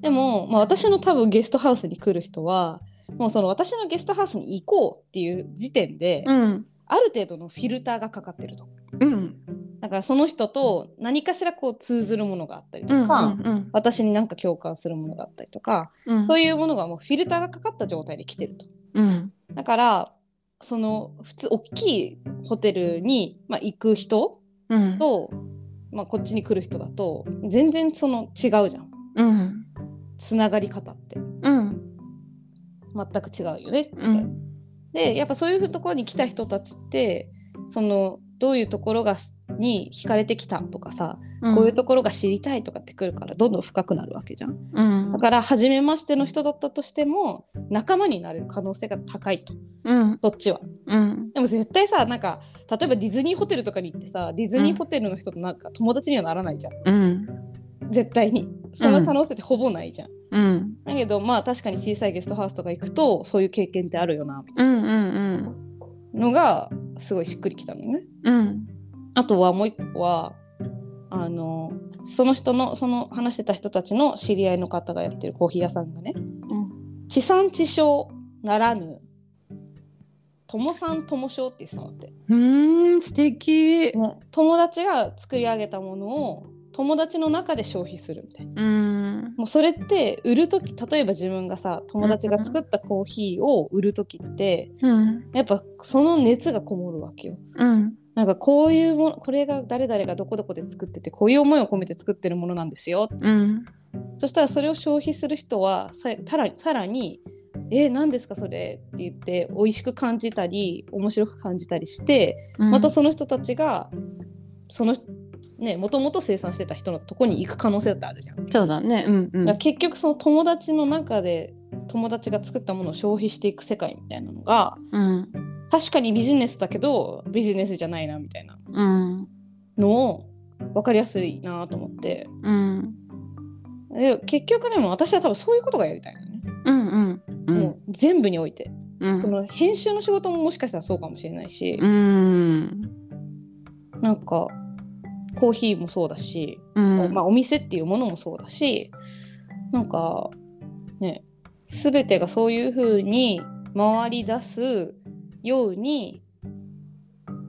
Speaker 1: でも、まあ、私の多分ゲストハウスに来る人はもうその私のゲストハウスに行こうっていう時点で、
Speaker 2: うん
Speaker 1: ある程度のフィルターがかかってると。
Speaker 2: うん
Speaker 1: だからその人と何かしらこう通ずるものがあったりと
Speaker 2: う
Speaker 1: か、
Speaker 2: んうん
Speaker 1: 私に何か共感するものがあったりとか、
Speaker 2: うん
Speaker 1: そう
Speaker 2: い
Speaker 1: いうものがもうフィルターがかかった状態で来てると。
Speaker 2: うん
Speaker 1: だからその普通大きいホテルに、まあ、行く人
Speaker 2: うん
Speaker 1: と、まあ、こっちに来る人だと全然その違うじゃん
Speaker 2: うん
Speaker 1: つながり方って
Speaker 2: うん
Speaker 1: 全く違うよねみた
Speaker 2: う
Speaker 1: いな。
Speaker 2: ん
Speaker 1: でやっぱそういうところに来た人たちってそのどういうところがに惹かれてきたとかさこういうところが知りたいとかってくるからどんどん深くなるわけじゃん。
Speaker 2: うん
Speaker 1: だから初めましての人だったとしても仲間になれる可能性が高いと
Speaker 2: うん
Speaker 1: そっちは。
Speaker 2: うん
Speaker 1: でも絶対さなんか例えばディズニーホテルとかに行ってさディズニーホテルの人となんか友達にはならないじゃん
Speaker 2: うん
Speaker 1: 絶対に。その可能性ってほぼないじゃん。
Speaker 2: うん
Speaker 1: だけどまあ確かに小さいゲストハウスとか行くとそういう経験ってあるよなみたい
Speaker 2: うんうん
Speaker 1: なのがすごいしっくりきたのね。
Speaker 2: うん
Speaker 1: あとはもう一個はあのその人のその話してた人たちの知り合いの方がやってるコーヒー屋さんがね、
Speaker 2: うん
Speaker 1: 地産地消ならぬ友産友消って言ってたのって、
Speaker 2: うん素敵
Speaker 1: 友達が作り上げたものを友達の中で消費するみたいな
Speaker 2: うん
Speaker 1: もうそれって売る時例えば自分がさ友達が作ったコーヒーを売る時って
Speaker 2: うん
Speaker 1: やっぱその熱がこもるわけよ。
Speaker 2: うん
Speaker 1: なんかこういうものこれが誰々がどこどこで作っててこういう思いを込めて作ってるものなんですよ
Speaker 2: うん
Speaker 1: そしたらそれを消費する人はささらさらに「え何ですかそれ」って言って美味しく感じたり面白く感じたりしてまたその人たちがそのねもともと生産してた人のとこに行く可能性だってあるじゃん。だか
Speaker 2: そうだねうんうん
Speaker 1: ら結局その友達の中で友達が作ったものを消費していく世界みたいなのが
Speaker 2: うん
Speaker 1: 確かにビジネスだけどビジネスじゃないなみたいな
Speaker 2: うん
Speaker 1: のを分かりやすいなと思って
Speaker 2: うん
Speaker 1: で結局でも私は多分そういうことがやりたいのね
Speaker 2: うんうん
Speaker 1: 全部において、
Speaker 2: うん
Speaker 1: その編集の仕事ももしかしたらそうかもしれないし、
Speaker 2: うん
Speaker 1: なんかコーヒーもそうだし、
Speaker 2: うん
Speaker 1: まあ、お店っていうものもそうだしなんかね全てがそういう風に回り出すように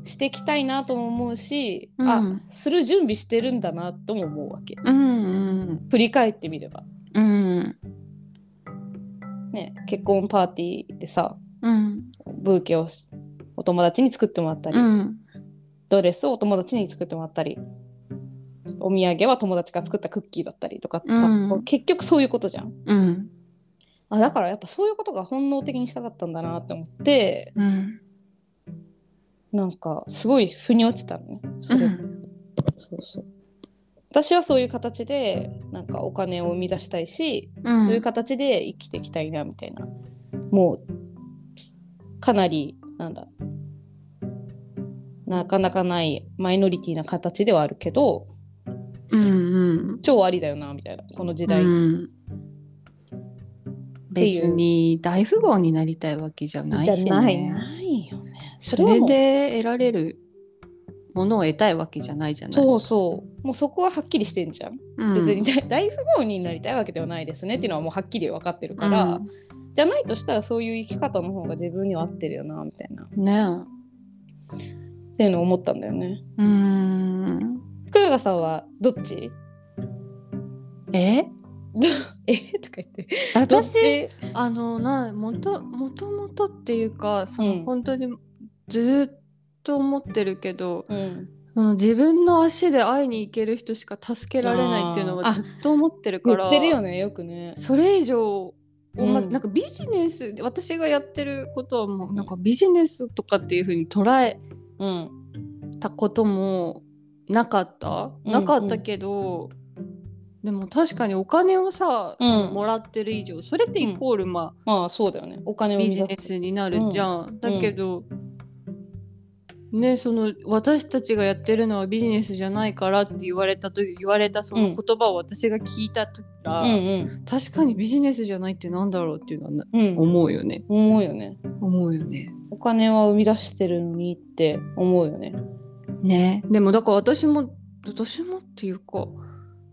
Speaker 1: していきたいなとも思うし、
Speaker 2: う
Speaker 1: あ
Speaker 2: ん
Speaker 1: する準備してるんだなとも思うわけ
Speaker 2: うん
Speaker 1: 振り返ってみれば
Speaker 2: うん
Speaker 1: ね結婚パーティーでさ
Speaker 2: うん
Speaker 1: ブーケをしお友達に作ってもらったり、
Speaker 2: うん
Speaker 1: ドレスをお友達に作ってもらったりお土産は友達が作ったクッキーだったりとかってさ、
Speaker 2: うん
Speaker 1: こう結局そういうことじゃん
Speaker 2: うん
Speaker 1: あだからやっぱそういうことが本能的にしたかったんだなって思って
Speaker 2: うん
Speaker 1: なんかすごい腑に落ちたのねそれ、そうそう私はそういう形でなんかお金を生み出したいし、
Speaker 2: うん
Speaker 1: そういう形で生きていきたいなみたいなもうかなりなんだなかなかないマイノリティな形ではあるけど、
Speaker 2: うん
Speaker 1: 超ありだよなみたいなこの時代、
Speaker 2: うん、
Speaker 1: ていう
Speaker 2: 別に大富豪になりたいわけじゃない
Speaker 1: じゃ
Speaker 2: し、ね、
Speaker 1: ないないよね
Speaker 2: そ
Speaker 1: れは
Speaker 2: れ
Speaker 1: もう
Speaker 2: で得られるものを得たいわけじゃないじゃない
Speaker 1: そうそうもうそこははっきりしてんじゃん、
Speaker 2: うん
Speaker 1: 別に 大大富豪になりたいわけではないですねっていうのはもうはっきり分かってるから、じゃないとしたらそういう生き方の方が自分には合ってるよなみたいなっ
Speaker 2: うんね
Speaker 1: ていうのを思ったんだよね
Speaker 2: えうん
Speaker 1: 福永さんはどっち
Speaker 2: え
Speaker 1: えとか言ってどっ
Speaker 2: 私
Speaker 1: ち
Speaker 2: あのなもともともとっていうかそ
Speaker 1: う
Speaker 2: の、
Speaker 1: ん
Speaker 2: 本当にずっと思ってるけど
Speaker 1: うん
Speaker 2: その自分の足で会いに行ける人しか助けられないっていうの
Speaker 1: あー
Speaker 2: はずっと思ってるか
Speaker 1: 言
Speaker 2: ら
Speaker 1: ってるよねよくね
Speaker 2: それ以上、ま
Speaker 1: うん
Speaker 2: なんかビジネス私がやってることはもうなんかビジネスとかっていうふうに捉え
Speaker 1: うん
Speaker 2: たこともなかった、
Speaker 1: うん
Speaker 2: なかったけど、でも確かにお金をさ、
Speaker 1: うん
Speaker 2: もらってる以上それってイコール、ま
Speaker 1: まあそうだよねお金
Speaker 2: あ
Speaker 1: を生
Speaker 2: ビ
Speaker 1: み
Speaker 2: ジ
Speaker 1: 出
Speaker 2: ネ
Speaker 1: す
Speaker 2: スになるじゃん、だけど、ねその私たちがやってるのはビジネスじゃないからって言われたと言われたその言葉を私が聞いた時から、
Speaker 1: うんうん
Speaker 2: 確かにビジネスじゃないってなんだろうっていうのはな
Speaker 1: うん
Speaker 2: 思うよね。
Speaker 1: 思うよね
Speaker 2: 思うよね。
Speaker 1: お金は生み出してるのにって思うよね
Speaker 2: ね。でもだから私も私もっていうか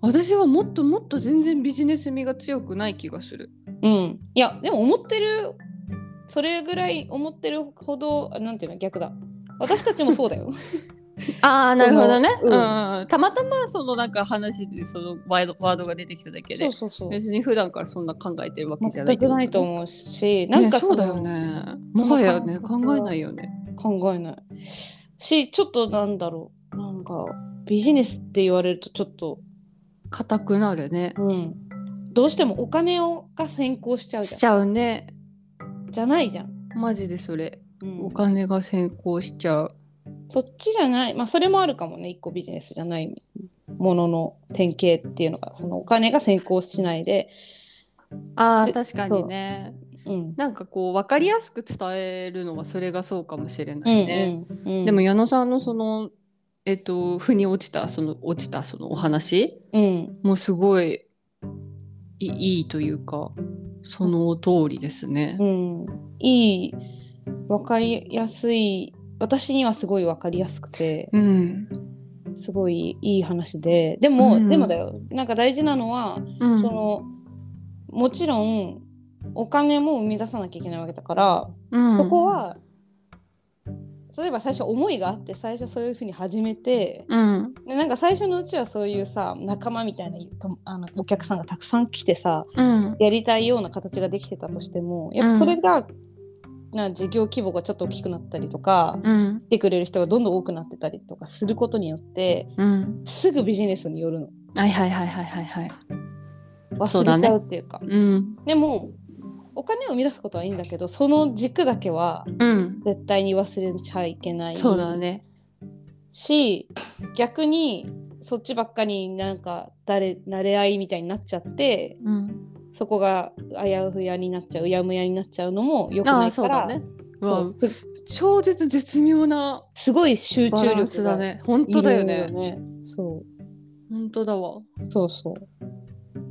Speaker 2: 私はもっともっと全然ビジネス味が強くない気がする。
Speaker 1: うん、いやでも思ってるそれぐらい思ってるほどあなんていうの逆だ私たちもそうだ よ
Speaker 2: ああ
Speaker 1: なるほどね
Speaker 2: うん、
Speaker 1: うん
Speaker 2: たまたまそのなんか話でそのワードワードが出てきただけ
Speaker 1: そ
Speaker 2: で
Speaker 1: うそうそう
Speaker 2: 別に普段からそんな考えてるわけじゃない
Speaker 1: 全くないと
Speaker 2: う。
Speaker 1: 思うしな
Speaker 2: なんん
Speaker 1: か
Speaker 2: か
Speaker 1: そ
Speaker 2: そ
Speaker 1: の
Speaker 2: うだよね。もはやね
Speaker 1: そ
Speaker 2: 考
Speaker 1: の感覚は
Speaker 2: えないよね。
Speaker 1: 考えないしちょっとなんだろうなんかビジネスって言われるとちょっと
Speaker 2: 硬くなるね。
Speaker 1: うんどうしてもお金をが先行しちゃうじ
Speaker 2: し
Speaker 1: ゃん
Speaker 2: ちゃうね。
Speaker 1: じゃないじゃん、
Speaker 2: マジでそれ。
Speaker 1: うん
Speaker 2: お金が先行しちゃう。
Speaker 1: そっちじゃないまあそれもあるかもね一個ビジネスじゃないものの典型っていうのがそのお金が先行しないで
Speaker 2: ああ
Speaker 1: え
Speaker 2: 確か
Speaker 1: そ
Speaker 2: に
Speaker 1: う
Speaker 2: ね。
Speaker 1: うん
Speaker 2: なんかこう分かりやすく伝えるのはそれがそうかもしれ
Speaker 1: う
Speaker 2: なんいね。
Speaker 1: うんうん、
Speaker 2: でも矢野さんのそのえっと腑に落ちたその落ちたそのお話
Speaker 1: うん、
Speaker 2: もうすごいいいいというかその通りですね
Speaker 1: う。ん、いい分かりやすい私にはすごい分かりやすくて
Speaker 2: うん。
Speaker 1: すごいいい話ででも、
Speaker 2: うん
Speaker 1: でもだよなんか大事なのは、
Speaker 2: うん
Speaker 1: そのもちろんお金も生み出さなきゃいけないわけだから、
Speaker 2: うん
Speaker 1: そこは例えば最初思いがあって最初そういうふうに始めて
Speaker 2: うん
Speaker 1: でなんか最初のうちはそういうさ仲間みたいなとあのお客さんがたくさん来てさ、
Speaker 2: うん
Speaker 1: やりたいような形ができてたとしてもやっぱそれが、な事業規模がちょっと大きくなったりとか
Speaker 2: うん
Speaker 1: 来てくれる人がどんどん多くなってたりとかすることによって
Speaker 2: うん
Speaker 1: すぐビジネスによるの
Speaker 2: はいはいはいはいはいはい。そう
Speaker 1: 忘
Speaker 2: だ
Speaker 1: れち
Speaker 2: ね
Speaker 1: ゃうっていうか
Speaker 2: うん
Speaker 1: でもお金を生み出すことはいいんだけどその軸だけは
Speaker 2: うん
Speaker 1: 絶対に忘れちゃいけない
Speaker 2: そうだね。
Speaker 1: し逆にそっちばっかりなんか誰慣れ合いみたいになっちゃって
Speaker 2: うん。
Speaker 1: そこがあやふやになっちゃううやむやになっちゃうのも良く
Speaker 2: あ
Speaker 1: な
Speaker 2: あ
Speaker 1: い
Speaker 2: そ
Speaker 1: か
Speaker 2: うだ
Speaker 1: ら
Speaker 2: ね。う
Speaker 1: そ
Speaker 2: わ
Speaker 1: うす
Speaker 2: 超絶絶妙な
Speaker 1: すごい集
Speaker 2: バ
Speaker 1: 中
Speaker 2: ラン
Speaker 1: 力
Speaker 2: ス
Speaker 1: が
Speaker 2: だ
Speaker 1: い
Speaker 2: ね。本
Speaker 1: る
Speaker 2: 当だよ
Speaker 1: よ
Speaker 2: ね。
Speaker 1: ね。そう
Speaker 2: 本当だわ。
Speaker 1: そうそう。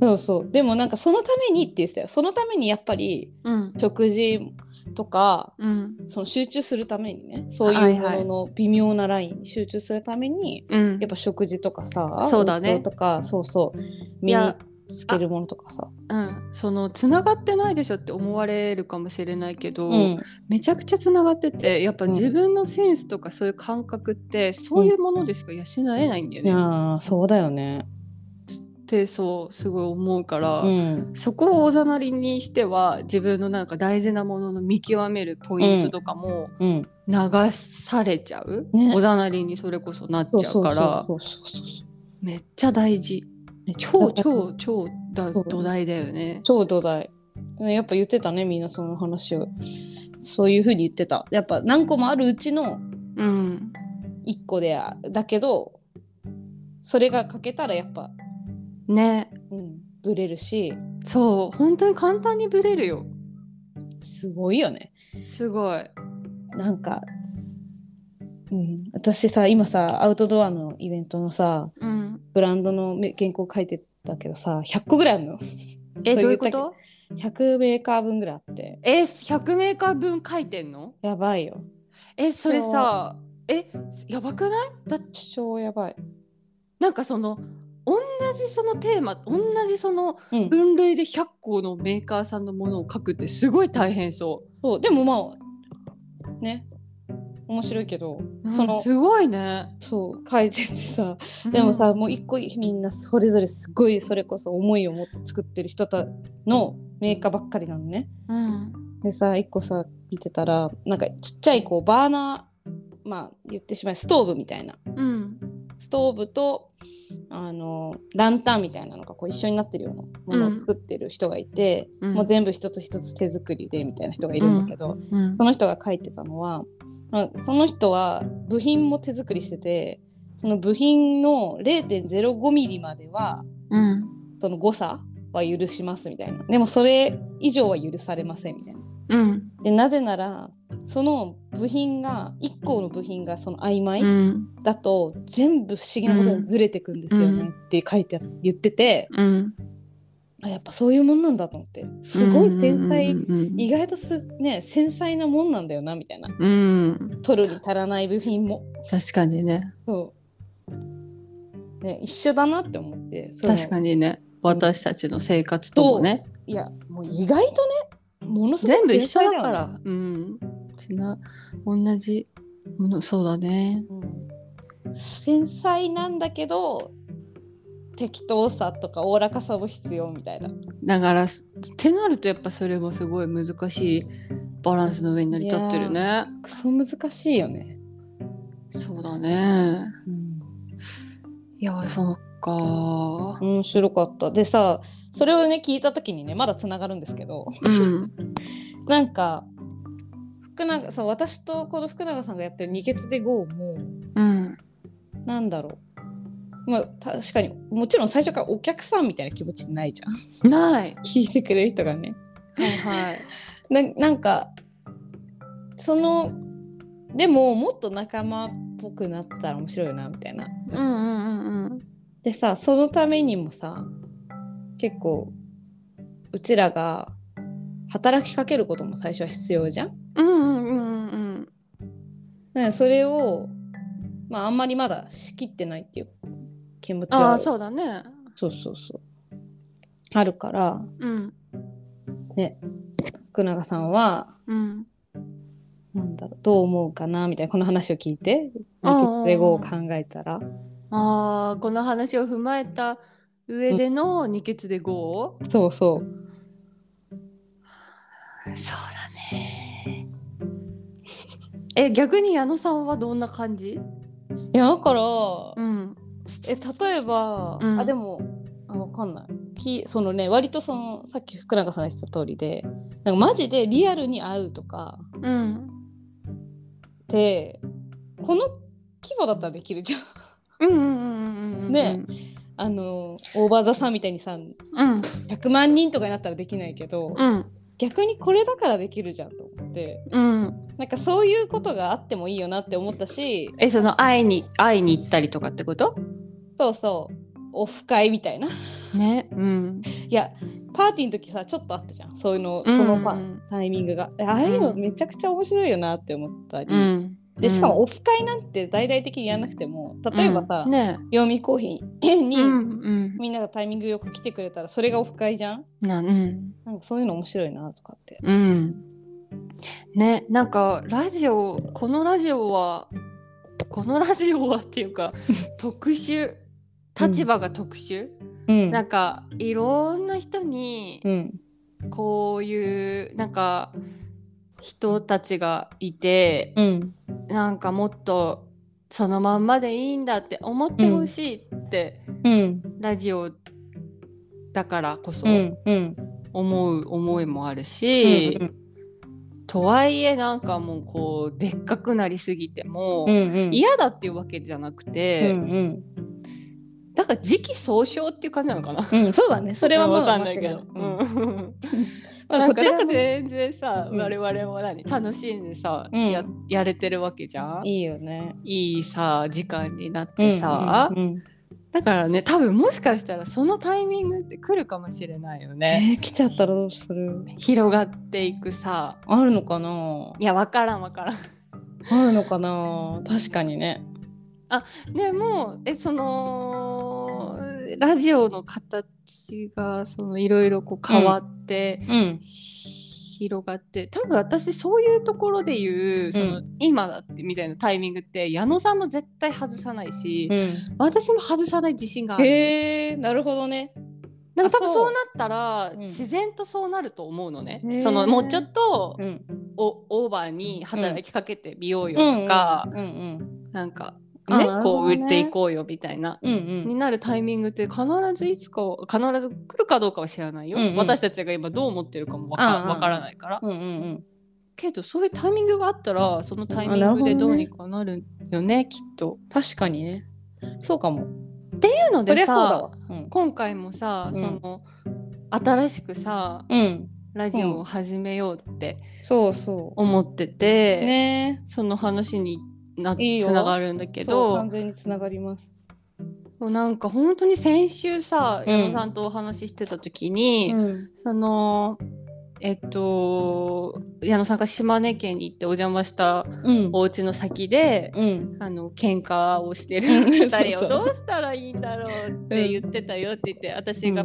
Speaker 1: そうそうでもなんかそのためにって言ってたよそのためにやっぱり
Speaker 2: うん
Speaker 1: 食事とか
Speaker 2: うん
Speaker 1: その集中するためにねそういうものの微妙なラインに集中するために、
Speaker 2: うん
Speaker 1: やっぱ食事とかさ
Speaker 2: そうだね
Speaker 1: 運動とかそうそう
Speaker 2: い
Speaker 1: 身に
Speaker 2: や
Speaker 1: つけるものとかさ
Speaker 2: うん、そのつながってないでしょって思われるかもしれないけど、
Speaker 1: うん
Speaker 2: めちゃくちゃつながっててやっぱ
Speaker 1: うん
Speaker 2: 自分のセンスとかそういう感覚ってそういうものでしか養えないんだよ
Speaker 1: い
Speaker 2: ね、
Speaker 1: やーそうだよね
Speaker 2: ってそうすごい思うから、
Speaker 1: うん
Speaker 2: そこをおざなりにしては自分のなんか大事なものの見極めるポイントとかも
Speaker 1: うん
Speaker 2: 流されちゃう、
Speaker 1: ね
Speaker 2: おざなりにそれこそなっちゃうから
Speaker 1: そうそうそうそうそう
Speaker 2: めっちゃ大事
Speaker 1: めっちゃ
Speaker 2: 超超超だ
Speaker 1: そう
Speaker 2: 土台だよね。
Speaker 1: 超土台ねやっぱ言ってたねみんなその話をそういうふうに言ってたやっぱ何個もあるうちの
Speaker 2: うん、
Speaker 1: 1個であだけどそれが欠けたらやっぱ
Speaker 2: ね
Speaker 1: うんブレるし
Speaker 2: そう本当に簡単にブレるよ
Speaker 1: すごいよね
Speaker 2: すごい。
Speaker 1: なんか、うん、私さ今さアウトドアのイベントのさ
Speaker 2: うん、
Speaker 1: ブランドのめ原稿書いてたけどさ100個ぐらいあるの
Speaker 2: え
Speaker 1: そう
Speaker 2: どうい
Speaker 1: 言
Speaker 2: うこ
Speaker 1: った
Speaker 2: と
Speaker 1: 100メーカー分ぐらいあって
Speaker 2: え100メーカー分書いてんの
Speaker 1: やばいよ
Speaker 2: えそれさえやばくないだ
Speaker 1: 超やばい、
Speaker 2: なんかその同じそのテーマ同じその
Speaker 1: うん、
Speaker 2: 分類で100個のメーカーさんのものを書くってすごい大変そ
Speaker 1: そうでもまあね面白いけど
Speaker 2: う、
Speaker 1: その
Speaker 2: すごいね
Speaker 1: そう書いててさでもさ、もう一個みんなそれぞれすごいそれこそ思いを持って作ってる人たのメーカーばっかりなのね。
Speaker 2: うん
Speaker 1: でさ一個さ見てたらなんかちっちゃいこうバーナーまあ言ってしまえばストーブみたいな
Speaker 2: うん
Speaker 1: ストーブとあのランタンみたいなのがこう一緒になってるようなものを作ってる人がいて、
Speaker 2: うん
Speaker 1: もう全部一つ一つ手作りでみたいな人がいるんだけど、
Speaker 2: うん
Speaker 1: その人が書いてたのは、まあその人は部品も手作りしててその部品の0.05ミリまでは
Speaker 2: うん
Speaker 1: その誤差は許しますみたいなでもそれ以上は許されませんみたいな。
Speaker 2: うん
Speaker 1: でなぜならその部品が1個の部品がその曖昧
Speaker 2: うん
Speaker 1: だと全部不思議なことにずれてくんですよ
Speaker 2: う
Speaker 1: ね
Speaker 2: ん
Speaker 1: って書いてあ言ってて
Speaker 2: うん
Speaker 1: あやっぱそういうもんなんだと思ってすごい繊細
Speaker 2: うん
Speaker 1: 意外とすね繊細なもんなんだよなみたいな
Speaker 2: うん
Speaker 1: 取るに足らない部品も
Speaker 2: 確かにね
Speaker 1: そう、ね、一緒だなって思って
Speaker 2: 確か
Speaker 1: に
Speaker 2: にね私たちの生活ともね
Speaker 1: いやもう意外とねものすごく
Speaker 2: 全部一緒
Speaker 1: 繊細
Speaker 2: だ
Speaker 1: よ
Speaker 2: から、うんつな同じものそうだね
Speaker 1: うん繊細なんだけど適当さとかおおらかさも必要みたいな
Speaker 2: だからってなるとやっぱそれもすごい難しいバランスの上に成り立ってる
Speaker 1: い
Speaker 2: ね
Speaker 1: クソ難しいよね、
Speaker 2: そうだね
Speaker 1: うん、
Speaker 2: いやそうか
Speaker 1: 面白かったでさそれをね聞いた時にねまだつながるんですけど
Speaker 2: うん
Speaker 1: なんか福永さん私とこの福永さんがやってる「二血で GO」も
Speaker 2: うん
Speaker 1: なんだろうまあ確かにもちろん最初からお客さんみたいな気持ちないじゃん
Speaker 2: ない
Speaker 1: 聞いてくれる人がね
Speaker 2: はいはい
Speaker 1: ななんかそのでももっと仲間っぽくなったら面白いよなみたいな。
Speaker 2: うんうんうんうん
Speaker 1: でさそのためにもさ結構うちらが働きかけることも最初は必要じゃん。
Speaker 2: うんうんうん
Speaker 1: だからそれをまああんまりまだ仕切ってないっていう気持ち
Speaker 2: あ
Speaker 1: は
Speaker 2: あそうだね
Speaker 1: そうそうそうあるから
Speaker 2: うん
Speaker 1: 福永さんは
Speaker 2: うん
Speaker 1: なんだろうどう思うかなみたいなこの話を聞いて
Speaker 2: うんうんうん
Speaker 1: 英語を考えたら。
Speaker 2: ああこの話を踏まえた上での二血で GO?
Speaker 1: そうそう
Speaker 2: そうだね。え、逆に矢野さんはどんな感じ
Speaker 1: いやだから、
Speaker 2: ん。
Speaker 1: え例えば、
Speaker 2: うん
Speaker 1: あでもあわかんないきそのね割とそのさっき福永さんが言ってた通りでなんかマジでリアルに会うとか
Speaker 2: うん。
Speaker 1: ってこの規模だったらできるじゃん
Speaker 2: うんうんうん
Speaker 1: ねあのオーバーザさんみたいにさ
Speaker 2: うん
Speaker 1: 100万人とかになったらできないけど、
Speaker 2: うん
Speaker 1: 逆にこれだからできるじゃんと思って
Speaker 2: うん
Speaker 1: なんかそういうことがあってもいいよなって思ったし
Speaker 2: えその会いに会いに行ったりとかってこと
Speaker 1: そうそうオフ会みたいな。
Speaker 2: ね、うん、
Speaker 1: いやパーティーの時さちょっとあったじゃんそういうのそのパ,、
Speaker 2: うん
Speaker 1: タイミングが。あれもめちゃくちゃ面白いよなって思ったり。
Speaker 2: うん、
Speaker 1: でしかもオフ会なんて大々的にやんなくても例えばさ、
Speaker 2: うんね、
Speaker 1: 読みコーヒーに、
Speaker 2: うんうん、
Speaker 1: みんながタイミングよく来てくれたらそれがオフ会じゃん
Speaker 2: なうん、
Speaker 1: なんかそういうの面白いなとかって。
Speaker 2: うん、ね、なんかラジオこのラジオはこのラジオはってい うか特殊立場が特殊、
Speaker 1: うん
Speaker 2: なんかいろんな人に
Speaker 1: うん
Speaker 2: こういうなんか人たちがいて
Speaker 1: うん
Speaker 2: なんかもっとそのまんまでいいんだって思ってほしいって、
Speaker 1: うん
Speaker 2: ラジオだからこそ
Speaker 1: うんうん
Speaker 2: 思う思いもある
Speaker 1: う
Speaker 2: し、
Speaker 1: ん
Speaker 2: とはいえなんかもうこうでっかくなりすぎても、
Speaker 1: うん
Speaker 2: 嫌だっていうわけじゃなく
Speaker 1: うんう
Speaker 2: て、
Speaker 1: ん
Speaker 2: だから時期尚早っていう感じなのかな。
Speaker 1: うんそうだねそれはま
Speaker 2: わ
Speaker 1: だ
Speaker 2: かん
Speaker 1: 間
Speaker 2: ない
Speaker 1: 違い
Speaker 2: け
Speaker 1: ない
Speaker 2: ど。
Speaker 1: うん
Speaker 2: うん
Speaker 1: まあ
Speaker 2: なん
Speaker 1: こ
Speaker 2: か
Speaker 1: ちら
Speaker 2: なん
Speaker 1: も
Speaker 2: か全然さ、
Speaker 1: うん
Speaker 2: 我々も何楽しんでさ、
Speaker 1: うん
Speaker 2: ややれてるわけじゃんい
Speaker 1: いいよね。
Speaker 2: いさ時間になっ
Speaker 1: うん
Speaker 2: てさ、
Speaker 1: うんうん
Speaker 2: だからね多分もしかしたらそのタイミングって来るかもしれないよね
Speaker 1: えー来ちゃったらどうする
Speaker 2: 広がっていくさ
Speaker 1: あるのかない
Speaker 2: やわからんわからん
Speaker 1: あるのかな確かにね。
Speaker 2: でもえそのラジオの形がそのいろいろこう変わって、
Speaker 1: うん
Speaker 2: 広がって多分私そういうところで言うその、
Speaker 1: う
Speaker 2: 今だってみたいなタイミングって矢野さんも絶対外さないし、
Speaker 1: う
Speaker 2: 私も外さない自信があ
Speaker 1: ん、
Speaker 2: る、
Speaker 1: へえなるほどね。
Speaker 2: なんか多
Speaker 1: あ
Speaker 2: 分そ
Speaker 1: そう
Speaker 2: うなったら、
Speaker 1: うん
Speaker 2: 自然とそうなると思うのね、
Speaker 1: へー
Speaker 2: そのもうちょっと、
Speaker 1: うん
Speaker 2: おオーバーに働きかけてみようよとか、
Speaker 1: うんうん
Speaker 2: なんか
Speaker 1: あ
Speaker 2: ね
Speaker 1: なる
Speaker 2: こ
Speaker 1: ほ
Speaker 2: う
Speaker 1: どね
Speaker 2: 売っていこうよみたいな。
Speaker 1: うんう
Speaker 2: に
Speaker 1: ん
Speaker 2: なるタイミングって必ずいつかは必ず来るかどうかは知らないよ、
Speaker 1: うんうん
Speaker 2: 私たちが今どう思ってるかもわか
Speaker 1: ああ
Speaker 2: わからないから
Speaker 1: うんうん
Speaker 2: けどそういうタイミングがあったらそのタイミングでどうにかなるよねきっと。っ
Speaker 1: 確かにね。そうかも。
Speaker 2: ていう
Speaker 1: そ
Speaker 2: の
Speaker 1: り
Speaker 2: で
Speaker 1: ゃそうだ
Speaker 2: さ
Speaker 1: わ。うん
Speaker 2: 今回もさ、
Speaker 1: うん
Speaker 2: その新しくさ
Speaker 1: うん
Speaker 2: ラジオを始めようって
Speaker 1: そうそ
Speaker 2: 思って
Speaker 1: う。
Speaker 2: て、
Speaker 1: ね
Speaker 2: その話にない
Speaker 1: いよ
Speaker 2: つながるんだけ
Speaker 1: え。そう
Speaker 2: ど
Speaker 1: 完全につながります。
Speaker 2: もうなんか本当に先週さ
Speaker 1: うん
Speaker 2: 矢野さんとお話ししてた時
Speaker 1: う
Speaker 2: に、
Speaker 1: ん
Speaker 2: そのえっと矢野さんが島根県に行ってお邪魔した
Speaker 1: うん
Speaker 2: お家の先で
Speaker 1: うん
Speaker 2: あの喧嘩をしてる
Speaker 1: うん
Speaker 2: 2人
Speaker 1: そ
Speaker 2: を
Speaker 1: うそ
Speaker 2: どうしたらいいんだろうって言ってたよって言って私が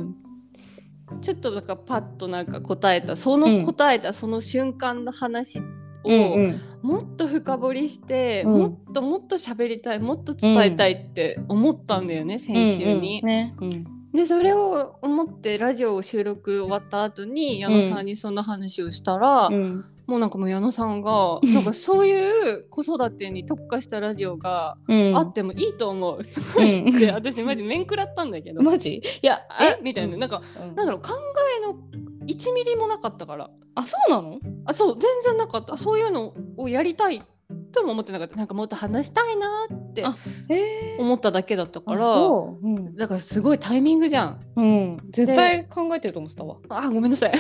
Speaker 2: ちょっとなんかパッとなんか答えたそうの
Speaker 1: ん
Speaker 2: 答えたその瞬間の話
Speaker 1: うん
Speaker 2: をもっと深掘りして
Speaker 1: うん
Speaker 2: もっともっと喋りたいもっと伝えたいって思ったんだよね先週に。
Speaker 1: ね。うん
Speaker 2: でそれを思ってラジオを収録終わった後に矢野さんにその話をしたら
Speaker 1: うん
Speaker 2: もうなんかもう矢野さ んが
Speaker 1: うん
Speaker 2: なんかそういう子育てに特化したラジオが
Speaker 1: うん
Speaker 2: あってもいいと思う。
Speaker 1: うん
Speaker 2: で私マジ面食らったんだけど。
Speaker 1: マジいや
Speaker 2: えみたいななん
Speaker 1: か
Speaker 2: かなんだろう考えの1ミリもなかったから
Speaker 1: あそうなの
Speaker 2: あそう全然なかったそういうのをやりたいとも思ってなかったなんかもっと話したいなって
Speaker 1: あへえ。
Speaker 2: 思っただけだった
Speaker 1: あ
Speaker 2: から
Speaker 1: そう。うん
Speaker 2: だからすごいタイミングじゃん
Speaker 1: うん絶対考えてると思ってたわ。
Speaker 2: あごめんな さい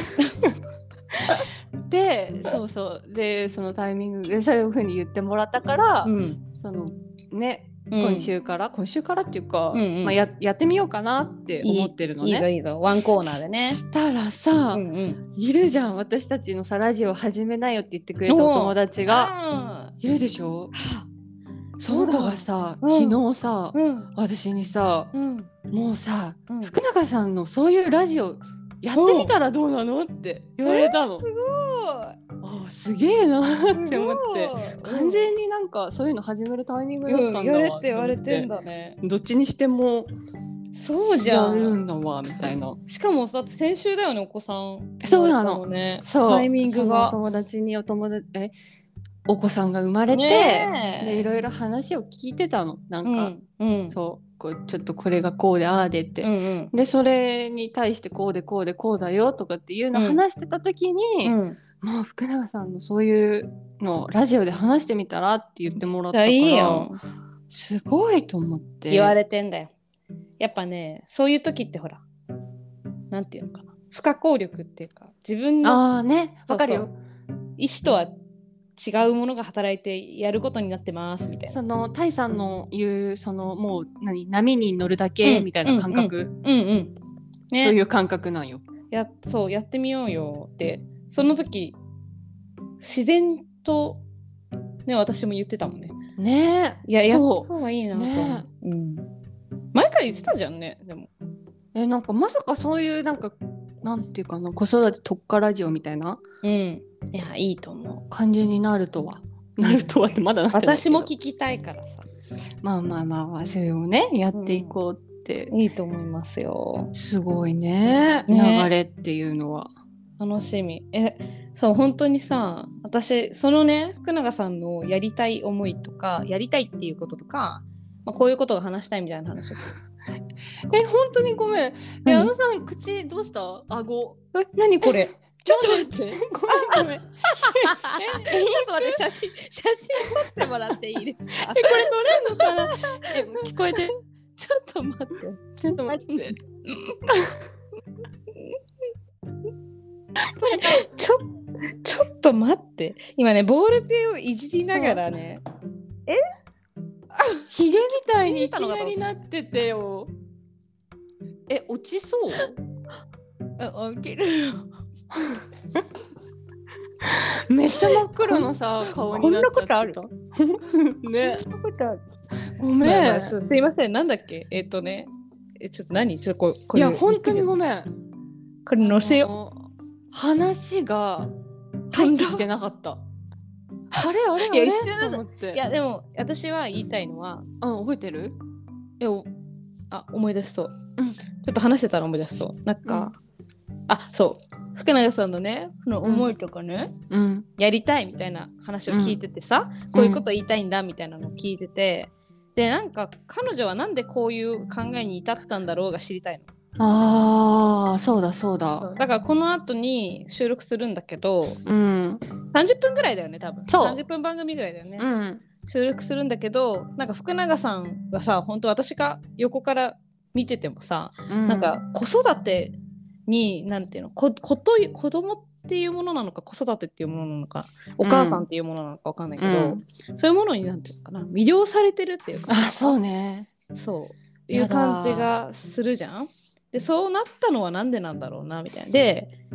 Speaker 2: でそうそうでそのタイミングでそういうふうに言ってもらったから、
Speaker 1: うん
Speaker 2: そのね
Speaker 1: うん
Speaker 2: 今週から、今週からっていうか、
Speaker 1: うんうん
Speaker 2: まあ、ややってみようかなって思ってるのね
Speaker 1: いいぞいいぞワンコーナーでね。
Speaker 2: したら
Speaker 1: う
Speaker 2: さ、
Speaker 1: んうん。
Speaker 2: いるじゃん私たちのさラジオ始めなよって言ってくれたお友達が
Speaker 1: が
Speaker 2: いるでしょそ
Speaker 1: そう
Speaker 2: の
Speaker 1: だ
Speaker 2: 子がさ、
Speaker 1: うん
Speaker 2: 昨日さ、
Speaker 1: うん
Speaker 2: 私にさ
Speaker 1: うん
Speaker 2: もうさ
Speaker 1: うん。
Speaker 2: 福永さんのそういうラジオやってみたらどうなのって言われたの、
Speaker 1: すご
Speaker 2: あすげえなっ
Speaker 1: い。
Speaker 2: て思って
Speaker 1: て
Speaker 2: 完全になんかそういうの始めるタイミングだった
Speaker 1: うんん
Speaker 2: だわ、
Speaker 1: 言われて言われてん
Speaker 2: と
Speaker 1: だね。
Speaker 2: 思ってどっちにしても
Speaker 1: そうじゃ
Speaker 2: やる
Speaker 1: ん。
Speaker 2: んだわみたいな
Speaker 1: しかもだって先週だよねお子さん。
Speaker 2: そうなの
Speaker 1: 生まれたね。
Speaker 2: そう
Speaker 1: タイミングが
Speaker 2: そのお友達にお友達えお子さんが生まれて、
Speaker 1: ねえ
Speaker 2: でいろいろ話を聞いてたのな
Speaker 1: うん
Speaker 2: か、
Speaker 1: んうん
Speaker 2: そうこうちょっとこれがこうでああでって、
Speaker 1: うんうん
Speaker 2: でそれに対してこうでこうでこうだよとかっていうのを
Speaker 1: うん
Speaker 2: 話してた時に、
Speaker 1: うん。
Speaker 2: もう福永さんのそういうのをラジオで話してみたらって言ってもらった
Speaker 1: じゃあ
Speaker 2: から
Speaker 1: いいよ。
Speaker 2: すごいと思って
Speaker 1: 言われてんだよ。やっぱねそういう時ってほらなんていうのかな不可抗力っていうか自分の
Speaker 2: ああねわかるよ
Speaker 1: 意思とは違うものが働いてやることになってますみたいな。
Speaker 2: そのタイさんの言うそのもう何波に乗るだけみたいな感覚、
Speaker 1: うんうん。ね、
Speaker 2: そういう感覚なんよ。
Speaker 1: やそうやってみようよってその時自然と、ね、私も言ってたもんね。
Speaker 2: ね
Speaker 1: いややった
Speaker 2: そう
Speaker 1: 方がいいなと思う、
Speaker 2: ね
Speaker 1: うん。前から言ってたじゃんねでも。
Speaker 2: ええなんかまさかそういうなんかなんていうかな子育て特化ラジオみたいな
Speaker 1: うん。いやいいと思う。
Speaker 2: 感じになるとは。なるとはってまだなってないけ
Speaker 1: 私
Speaker 2: ど
Speaker 1: も聞きたいからさ。
Speaker 2: まあまあまあそれをねやっていこうって、
Speaker 1: いいと思いますよ。
Speaker 2: すごいね
Speaker 1: ね
Speaker 2: 流れっていうのは。
Speaker 1: 楽しみ。えそう本当にさ私そのね福永さんのやりたい思いとかやりたいっていうこととか、まあ、こういうことが話したいみたいな話を
Speaker 2: え本当にごめん。え
Speaker 1: 何
Speaker 2: あのさん口どうした？顎。
Speaker 1: え何これ ちょっと待って。
Speaker 2: えごめ んごめん。え
Speaker 1: え ちょっと待って写真写真撮ってもらっていい ですか
Speaker 2: これ撮れん のかな？え聞こえてる？
Speaker 1: ちょっと待って
Speaker 2: ちょっと待 って。
Speaker 1: ちょちょっと待って今ねボールペンをいじりながらね
Speaker 2: ひげみたいにいきなりなっててよ。え落ちそう？
Speaker 1: あ起きる
Speaker 2: めっちゃ真っ黒の さ顔になっちゃってた。
Speaker 1: こんなこ
Speaker 2: る？ね。ご
Speaker 1: まあま
Speaker 2: め
Speaker 1: あ
Speaker 2: ん。
Speaker 1: すすいませんなんだっけえっ、とねえちょっと何ちょっとこうこ
Speaker 2: い
Speaker 1: れ
Speaker 2: や本当にごめん。
Speaker 1: これ載せよ
Speaker 2: よ話が入ってきてなかったあれあれあ
Speaker 1: いや
Speaker 2: れ
Speaker 1: 一瞬だ
Speaker 2: と思って
Speaker 1: いやでも私は言いたいのは
Speaker 2: うん覚えてる
Speaker 1: えおあ思い出しそう、
Speaker 2: うん
Speaker 1: ちょっと話してたら思い出しそうなんか、あそう福永さんのねその思いとかね、
Speaker 2: うん
Speaker 1: やりたいみたいな話を聞いててさ、こういうこと言いたいんだみたいなのを聞いてて、でなんか彼女はなんでこういう考えに至ったんだろうが知りたい
Speaker 2: ああそうだそうだ
Speaker 1: のだからこの後に収録するんだけど
Speaker 2: うん
Speaker 1: 30分ぐらいだよね多分
Speaker 2: そう
Speaker 1: 30分番組ぐらいだよね、
Speaker 2: うん
Speaker 1: 収録するんだけどなんか福永さんがさ本当私が横から見ててもさ、なんか子育てになんていうのここと子供っていうものなのか子育てっていうものなのかお母さんっていうものなのかわかんないけど、そういうものになんていうのかな魅了されてるっていうか
Speaker 2: あそうね
Speaker 1: そうい
Speaker 2: や
Speaker 1: う
Speaker 2: だ
Speaker 1: 感じがするじゃん。でそうなったのはなんでなんだろうなみたいな。で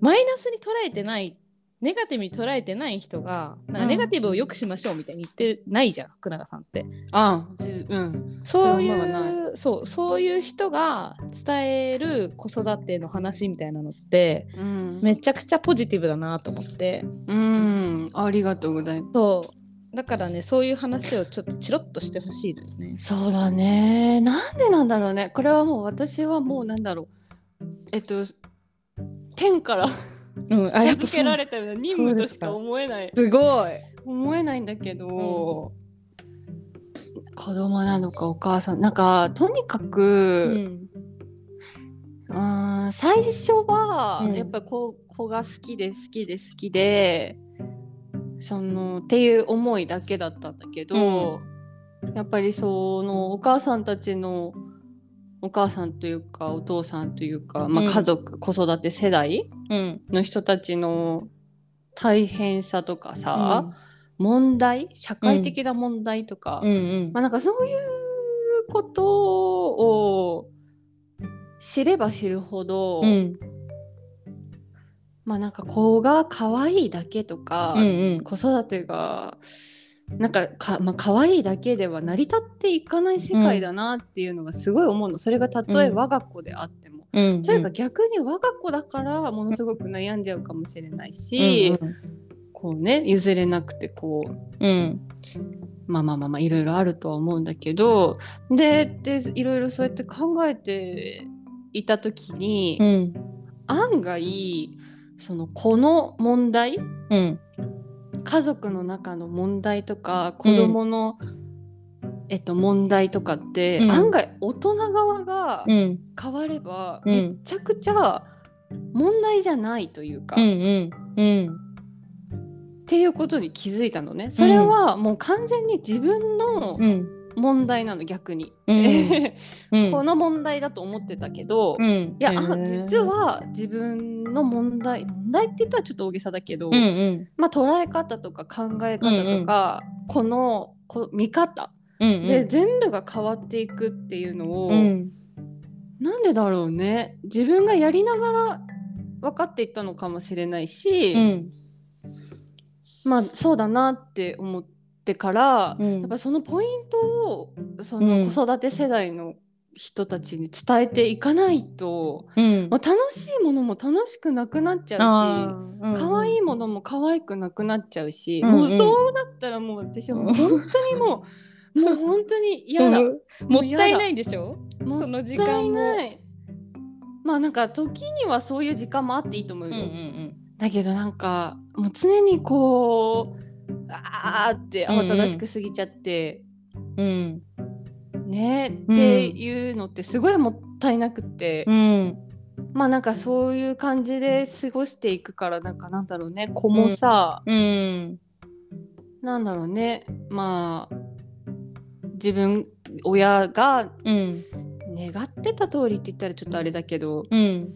Speaker 1: マイナスに捉えてないネガティブに捉えてない人がなん
Speaker 2: う
Speaker 1: か
Speaker 2: ん
Speaker 1: ネガティブを良くしましょうみたいに言ってないじゃん、福永さんって。
Speaker 2: あじうん
Speaker 1: そうい
Speaker 2: そういうものは
Speaker 1: うそうそういう人が伝える子育ての話みたいなのって
Speaker 2: うん
Speaker 1: めちゃくちゃポジティブだなと思って
Speaker 2: うんありがとうございま
Speaker 1: そうだからねそういう話をちょっとチロッとしてほしいですね。
Speaker 2: すそうだねなんでなんだろうねこれはもう私はもうなんだろうえっと天から
Speaker 1: うん、あやっぱ
Speaker 2: 授
Speaker 1: そ
Speaker 2: け
Speaker 1: う
Speaker 2: られたような任務
Speaker 1: そう
Speaker 2: と
Speaker 1: です
Speaker 2: し
Speaker 1: か
Speaker 2: か思えない
Speaker 1: すごい。
Speaker 2: 思えないんだけど、子供なのかお母さんなんかとにか
Speaker 1: う
Speaker 2: く、
Speaker 1: ん
Speaker 2: うーん、最初は、
Speaker 1: うん
Speaker 2: やっぱこう子が好きで好きで好きでそのっていう思いだけだったんだけど、やっぱりそのお母さんたちのお母さんというかお父さんというか、ま
Speaker 1: う
Speaker 2: あ、
Speaker 1: ん
Speaker 2: 家族、子育て世代
Speaker 1: うん
Speaker 2: の人たちの大変さとかさ、
Speaker 1: あ
Speaker 2: 問題社会的な問題とか、
Speaker 1: うんうん
Speaker 2: まあ、なんかそういうことを知れば知るほど、
Speaker 1: うん
Speaker 2: まあなんか子が可愛いだけとか、
Speaker 1: うん
Speaker 2: 子育てがなんかか、まあ可愛いだけでは成り立っていかない世界だなっていうのがすごい思うのそれがたとえ
Speaker 1: うん
Speaker 2: 我が子であっても。
Speaker 1: うん
Speaker 2: というか逆に我が子だからものすごく悩んじゃうかもしれないし、こうね譲れなくてこう
Speaker 1: うん
Speaker 2: まあまあまあまあいろいろあるとは思うんだけどででいろいろそうやって考えていた時に、
Speaker 1: うん
Speaker 2: 案外そのこの問題
Speaker 1: うん
Speaker 2: 家族の中の問題とか子供の、えっと問題とかって、
Speaker 1: うん
Speaker 2: 案外大人側が
Speaker 1: うんうん
Speaker 2: 変われば、
Speaker 1: うん
Speaker 2: めちゃくちゃ問題じゃないというか、
Speaker 1: う
Speaker 2: っ
Speaker 1: んうん
Speaker 2: ていうことに気づいたのね。それはもう完全に自分の、
Speaker 1: うん
Speaker 2: 問題なの逆に、
Speaker 1: うん うん
Speaker 2: この問題だと思ってたけど、
Speaker 1: うん
Speaker 2: いや、あ
Speaker 1: へー
Speaker 2: 実は自分の問題問題って言ったらちょっと大げさだけど、
Speaker 1: うんうん
Speaker 2: まあ捉え方とか考え方とか、このこ見方
Speaker 1: うんうん
Speaker 2: で全部が変わっていくっていうのを、
Speaker 1: うん
Speaker 2: なんでだろうね自分がやりながら分かっていったのかもしれないし、
Speaker 1: うん
Speaker 2: まあそうだなって思ってから、
Speaker 1: うん
Speaker 2: やっぱそのポイントをそうの
Speaker 1: ん
Speaker 2: 子育て世代の人たちに伝えていかないと、
Speaker 1: うん
Speaker 2: もう楽しいものも楽しくなくなっちゃうし。
Speaker 1: あーうん
Speaker 2: 可愛いものも可愛くなくなっちゃうし、
Speaker 1: うんうん
Speaker 2: もうそうだったらもう私はもう本当にもうもう本当に嫌だ、
Speaker 1: うんもったいないでしょ
Speaker 2: も
Speaker 1: その時
Speaker 2: もった
Speaker 1: 間
Speaker 2: い
Speaker 1: も
Speaker 2: ないまあなんか時にはそういう時間もあっていいと思う
Speaker 1: うん
Speaker 2: よ、
Speaker 1: うん
Speaker 2: だけどなんかもう常にこうあーって慌ただしく過ぎちゃって、
Speaker 1: うん
Speaker 2: ね
Speaker 1: うん
Speaker 2: っていうのってすごいもったいなくって、
Speaker 1: うん
Speaker 2: まあなんかそういう感じで過ごしていくからなんかなんだろうね子もさ、
Speaker 1: うん
Speaker 2: なんだろうねまあ自分親が
Speaker 1: うん
Speaker 2: 願ってた通りって言ったらちょっとあれだけど
Speaker 1: うん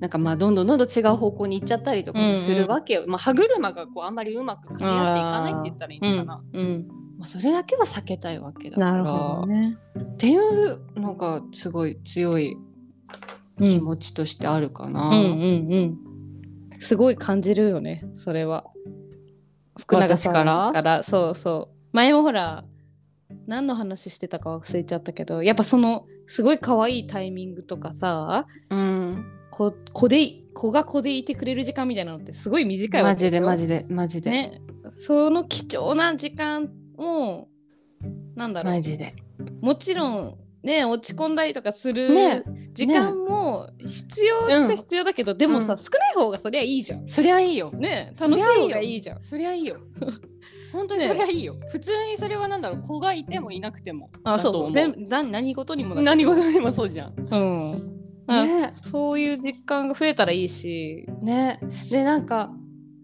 Speaker 2: なんかまあどんどんどんどん違う方向に行っちゃったりとかもす
Speaker 1: うんう
Speaker 2: る
Speaker 1: ん
Speaker 2: わけよ、まあ、歯車がこうあんまりうまく噛み合っていかないって言ったらいいのかな、
Speaker 1: うん
Speaker 2: まあ、それだけは避けたいわけだから
Speaker 1: なるほどね
Speaker 2: っていうのがすごい強い気持ちとしてあるかな。
Speaker 1: うんうんうんすごい感じるよねそれは福永さん
Speaker 2: 私か
Speaker 1: からそうそう前もほら何の話してたか忘れちゃったけどやっぱそのすごい可愛いタイミングとかさ
Speaker 2: うん、
Speaker 1: 子子で子が子でいてくれる時間みたいなのってすごい短いわ
Speaker 2: マ
Speaker 1: け
Speaker 2: ジでマ
Speaker 1: ジ
Speaker 2: ジでマジで、
Speaker 1: ねその貴重な時間をなんだろう
Speaker 2: マジで。
Speaker 1: もちろんね落ち込んだりとかする
Speaker 2: ね
Speaker 1: 時間も必要っちゃ必要だけど、でもさ、
Speaker 2: うん
Speaker 1: 少ない方がそりゃいいじゃん。
Speaker 2: そりゃいいよ。
Speaker 1: ね
Speaker 2: そ
Speaker 1: 楽し
Speaker 2: り
Speaker 1: い
Speaker 2: ゃいいよ
Speaker 1: 方がいいじゃん。
Speaker 2: そりゃい いよ。本当に
Speaker 1: ね
Speaker 2: そりゃいいよ。普通にそれはなんだろう子がいてもいなくても
Speaker 1: あ
Speaker 2: だと
Speaker 1: そ
Speaker 2: 思
Speaker 1: う全な何事にもだ
Speaker 2: 何事にもそうじゃん。
Speaker 1: うんあ
Speaker 2: ね
Speaker 1: そういう実感が増えたらいいし。
Speaker 2: ねでなんか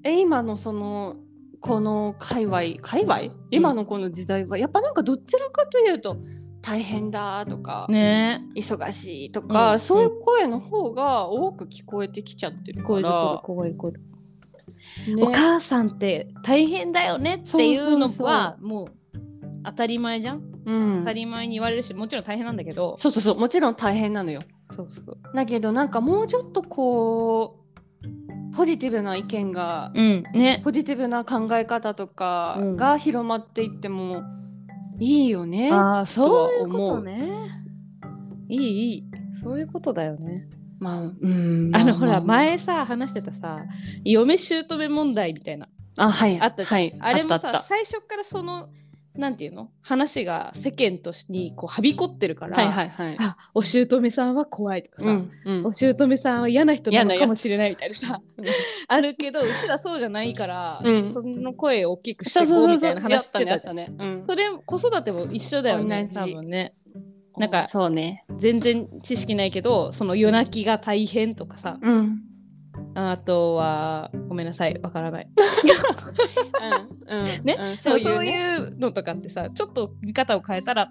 Speaker 2: え今のそのこの界隈界隈今のこの時代はやっぱなんかどちらかというと大変だとか、
Speaker 1: ね
Speaker 2: 忙しいとか、
Speaker 1: うん
Speaker 2: そういう声の方が多く聞こえてきちゃってる
Speaker 1: 聞
Speaker 2: か
Speaker 1: こえる
Speaker 2: ら、
Speaker 1: こえるこえる、
Speaker 2: ね
Speaker 1: お母さんって大変だよねっていうの
Speaker 2: そうそう
Speaker 1: はもう当たり前じゃん、
Speaker 2: うん
Speaker 1: 当たり前に言われるしもちろん大変なんだけど
Speaker 2: そうそうそうもちろん大変なのよ
Speaker 1: そうそう
Speaker 2: だけどなんかもうちょっとこうポジティブな意見が、
Speaker 1: うんね
Speaker 2: ポジティブな考え方とか
Speaker 1: うん
Speaker 2: が広まっていってもいいよね、
Speaker 1: ああそういう
Speaker 2: とは
Speaker 1: こ
Speaker 2: 思
Speaker 1: と
Speaker 2: う
Speaker 1: ねいいいいそういうことだよね
Speaker 2: まあうん
Speaker 1: あ
Speaker 2: ま
Speaker 1: のほら
Speaker 2: まあ
Speaker 1: 前さ話してたさ嫁姑問題みたいな
Speaker 2: あはい
Speaker 1: あったじゃん
Speaker 2: はい
Speaker 1: あれも
Speaker 2: ったあ
Speaker 1: さ
Speaker 2: っ
Speaker 1: 最初からそのなんていうの話が世間としにこうはびこってるから、
Speaker 2: たはいはいはい
Speaker 1: あお姑さんは怖いとかさ、
Speaker 2: うんうん
Speaker 1: お姑さんは嫌な人な
Speaker 2: 嫌な
Speaker 1: の
Speaker 2: やつ
Speaker 1: かもしれないみたいなさ あるけどうちらそうじゃないから、
Speaker 2: うん
Speaker 1: その声を大きくし
Speaker 2: そ
Speaker 1: てい
Speaker 2: うそう
Speaker 1: こうみ
Speaker 2: そうそ
Speaker 1: た
Speaker 2: う
Speaker 1: いな話して
Speaker 2: や
Speaker 1: た
Speaker 2: っ
Speaker 1: じ
Speaker 2: た
Speaker 1: ゃん。
Speaker 2: ねやったねうん
Speaker 1: それ子育ても一緒だよね
Speaker 2: 同
Speaker 1: 多
Speaker 2: じ
Speaker 1: 分ねなんか
Speaker 2: そうね
Speaker 1: 全然知識ないけどその夜泣きが大変とかさ、
Speaker 2: うん
Speaker 1: あとはごめんなさいわからない
Speaker 2: うんうん
Speaker 1: ね
Speaker 2: うん
Speaker 1: そ
Speaker 2: そうういうね
Speaker 1: いうのとかってさちょっと見方を変えたら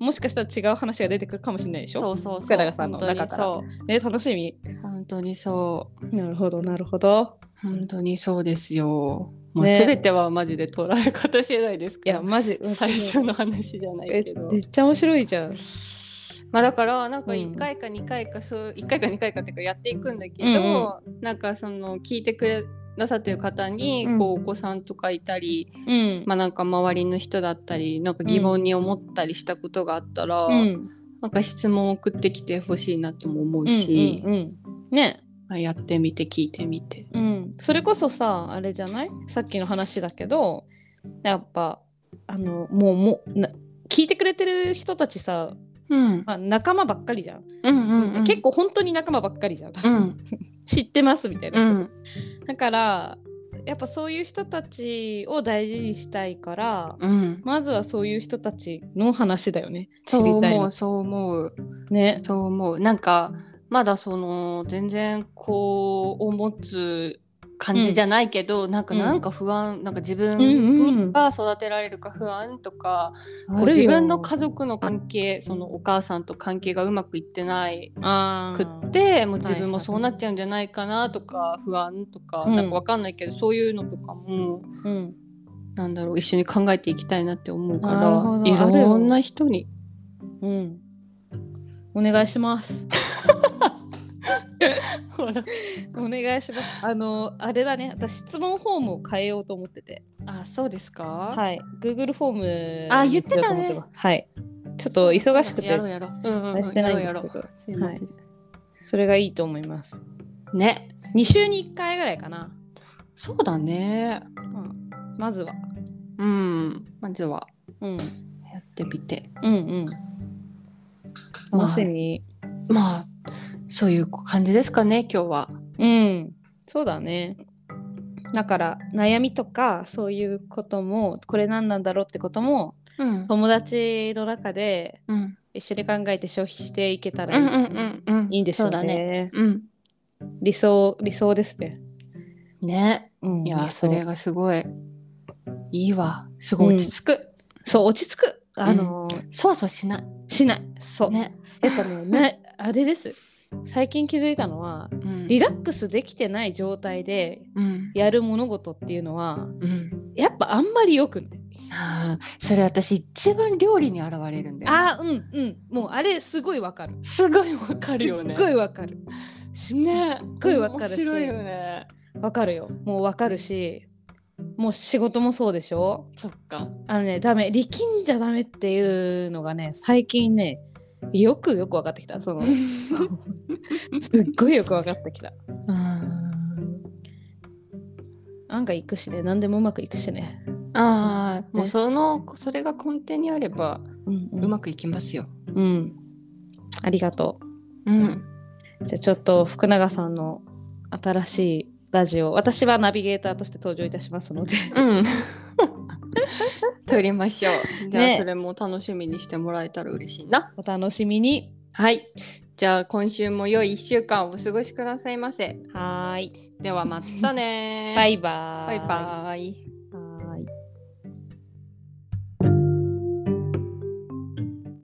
Speaker 1: もしかしたら違う話が出てくるかもしれないでし
Speaker 2: そ
Speaker 1: ょ
Speaker 2: うそうそう
Speaker 1: 福永さんの中から
Speaker 2: 本当に
Speaker 1: ね楽しみ
Speaker 2: そう本当にそう
Speaker 1: なるほどなるほど
Speaker 2: 本当にそうですよもう
Speaker 1: ね
Speaker 2: 全てはマジで捉え方次第です
Speaker 1: い
Speaker 2: か
Speaker 1: や
Speaker 2: ら、
Speaker 1: マジ
Speaker 2: 最初の話じゃない
Speaker 1: え
Speaker 2: けど
Speaker 1: めっちゃ面白いじゃん
Speaker 2: まあだからなんか
Speaker 1: うん
Speaker 2: 1回か2回かそう1回か2回かっていうかやっていくんだけど、なんかその聞いてくださってる方に
Speaker 1: うん
Speaker 2: こうお子さんとかいたり、
Speaker 1: うん
Speaker 2: まあなんか周りの人だったりなんか疑問に思ったりしたことがあったら、
Speaker 1: うん
Speaker 2: なんか質問を送ってきてほしいなとも思うし、
Speaker 1: うんうんうんね
Speaker 2: まあやってみて聞いてみて。
Speaker 1: うんそれこそさあれじゃないさっきの話だけどやっぱあのもうもうな聞いてくれてる人たちさ、
Speaker 2: うん、
Speaker 1: まあ、仲間ばっかりじゃん、
Speaker 2: うんうんうん、
Speaker 1: 結構本当に仲間ばっかりじゃん
Speaker 2: うん
Speaker 1: 知ってますみたいな、
Speaker 2: うん
Speaker 1: だからやっぱそういう人たちを大事にしたいから
Speaker 2: うん、
Speaker 1: まずはそういう人たちの話だよね知
Speaker 2: そう
Speaker 1: りたい
Speaker 2: 思
Speaker 1: の
Speaker 2: うそう思う
Speaker 1: ね
Speaker 2: そう思うなんかまだその全然こうを持つ感じじゃないけど、なんかなんか不安、なんか自分が育てられるか不安とか、こう自分の家族の関係そのお母さんと関係がうまくいってない
Speaker 1: あ
Speaker 2: くってもう自分もそうなっちゃうんじゃないかなとか不安とか、
Speaker 1: うん
Speaker 2: なんかわかんないけどそういうのとかも、
Speaker 1: うん、
Speaker 2: なんだろう一緒に考えていきたいなって思うか
Speaker 1: なるほ
Speaker 2: ら
Speaker 1: ど
Speaker 2: いろんな人に
Speaker 1: うん、お願いします
Speaker 2: ほら
Speaker 1: お願いしますあのあれだね私質問フォームを変えようと思ってて
Speaker 2: あそうですか、
Speaker 1: はい Google フォーム
Speaker 2: あ言ってたね
Speaker 1: にしようと思ますはいちょっと忙しくて
Speaker 2: やろうやろう、うんうん
Speaker 1: あ
Speaker 2: う
Speaker 1: れ
Speaker 2: ん、
Speaker 1: してないんですけ
Speaker 2: やろうやろ
Speaker 1: ど
Speaker 2: うすいません、
Speaker 1: それがいいと思います
Speaker 2: ね
Speaker 1: 2週に1回ぐらいかな、
Speaker 2: そうだね
Speaker 1: うん、まずは、
Speaker 2: うんまずは
Speaker 1: うん、
Speaker 2: やってみて
Speaker 1: うんうん楽しみ、
Speaker 2: まあそういう感じですかね今日は
Speaker 1: うんそうだねだから悩みとかそういうこともこれ何なんだろうってことも
Speaker 2: うん
Speaker 1: 友達の中で
Speaker 2: うん
Speaker 1: 一緒に考えて消費していけたら
Speaker 2: う
Speaker 1: いい,、
Speaker 2: んうんうんうん
Speaker 1: いいんです
Speaker 2: そ
Speaker 1: よ
Speaker 2: う
Speaker 1: ね
Speaker 2: だねうん
Speaker 1: 理想理想ですね、
Speaker 2: ね
Speaker 1: うん
Speaker 2: い
Speaker 1: 理
Speaker 2: や
Speaker 1: 想
Speaker 2: それがすごいいいわすごい落ち着く、
Speaker 1: そう落ち着くあのー、
Speaker 2: そわそわしない
Speaker 1: しないそう、
Speaker 2: ね
Speaker 1: やっぱ ねなあれです最近気づいたのは
Speaker 2: うん
Speaker 1: リラックスできてない状態で
Speaker 2: うん
Speaker 1: やる物事っていうのは
Speaker 2: うん
Speaker 1: やっぱあんまり良くない
Speaker 2: あーそれ私一番料理に現れるんだよね、
Speaker 1: あーうんうんもうあれすごいわかる
Speaker 2: すごいわかるよね
Speaker 1: すっごいわかるし
Speaker 2: ねすっ
Speaker 1: ごいわかる
Speaker 2: 面白いよね
Speaker 1: わかるよもうわかるしもう仕事もそうでしょ
Speaker 2: そっか
Speaker 1: あのねダメ力んじゃダメっていうのがね最近ねよくよく分かってきたその すっごいよく分かってきた
Speaker 2: うん
Speaker 1: 案外いくしね何でもうまくいくしね、
Speaker 2: ああ、もう
Speaker 1: ね
Speaker 2: そのそれが根底にあれば
Speaker 1: うんう
Speaker 2: うまくいきますよ。
Speaker 1: うんありがと
Speaker 2: うん。
Speaker 1: うじゃあちょっと福永さんの新しいラジオ私はナビゲーターとして登場いたしますので
Speaker 2: うん。 撮りましょう。じゃあ、
Speaker 1: ね
Speaker 2: それも楽しみにしてもらえたら嬉しいな。
Speaker 1: お楽しみに
Speaker 2: はい。じゃあ今週も良い1週間をお過ごしくださいませ。
Speaker 1: はーい。
Speaker 2: ではまたね
Speaker 1: バイバー
Speaker 2: バイバイ。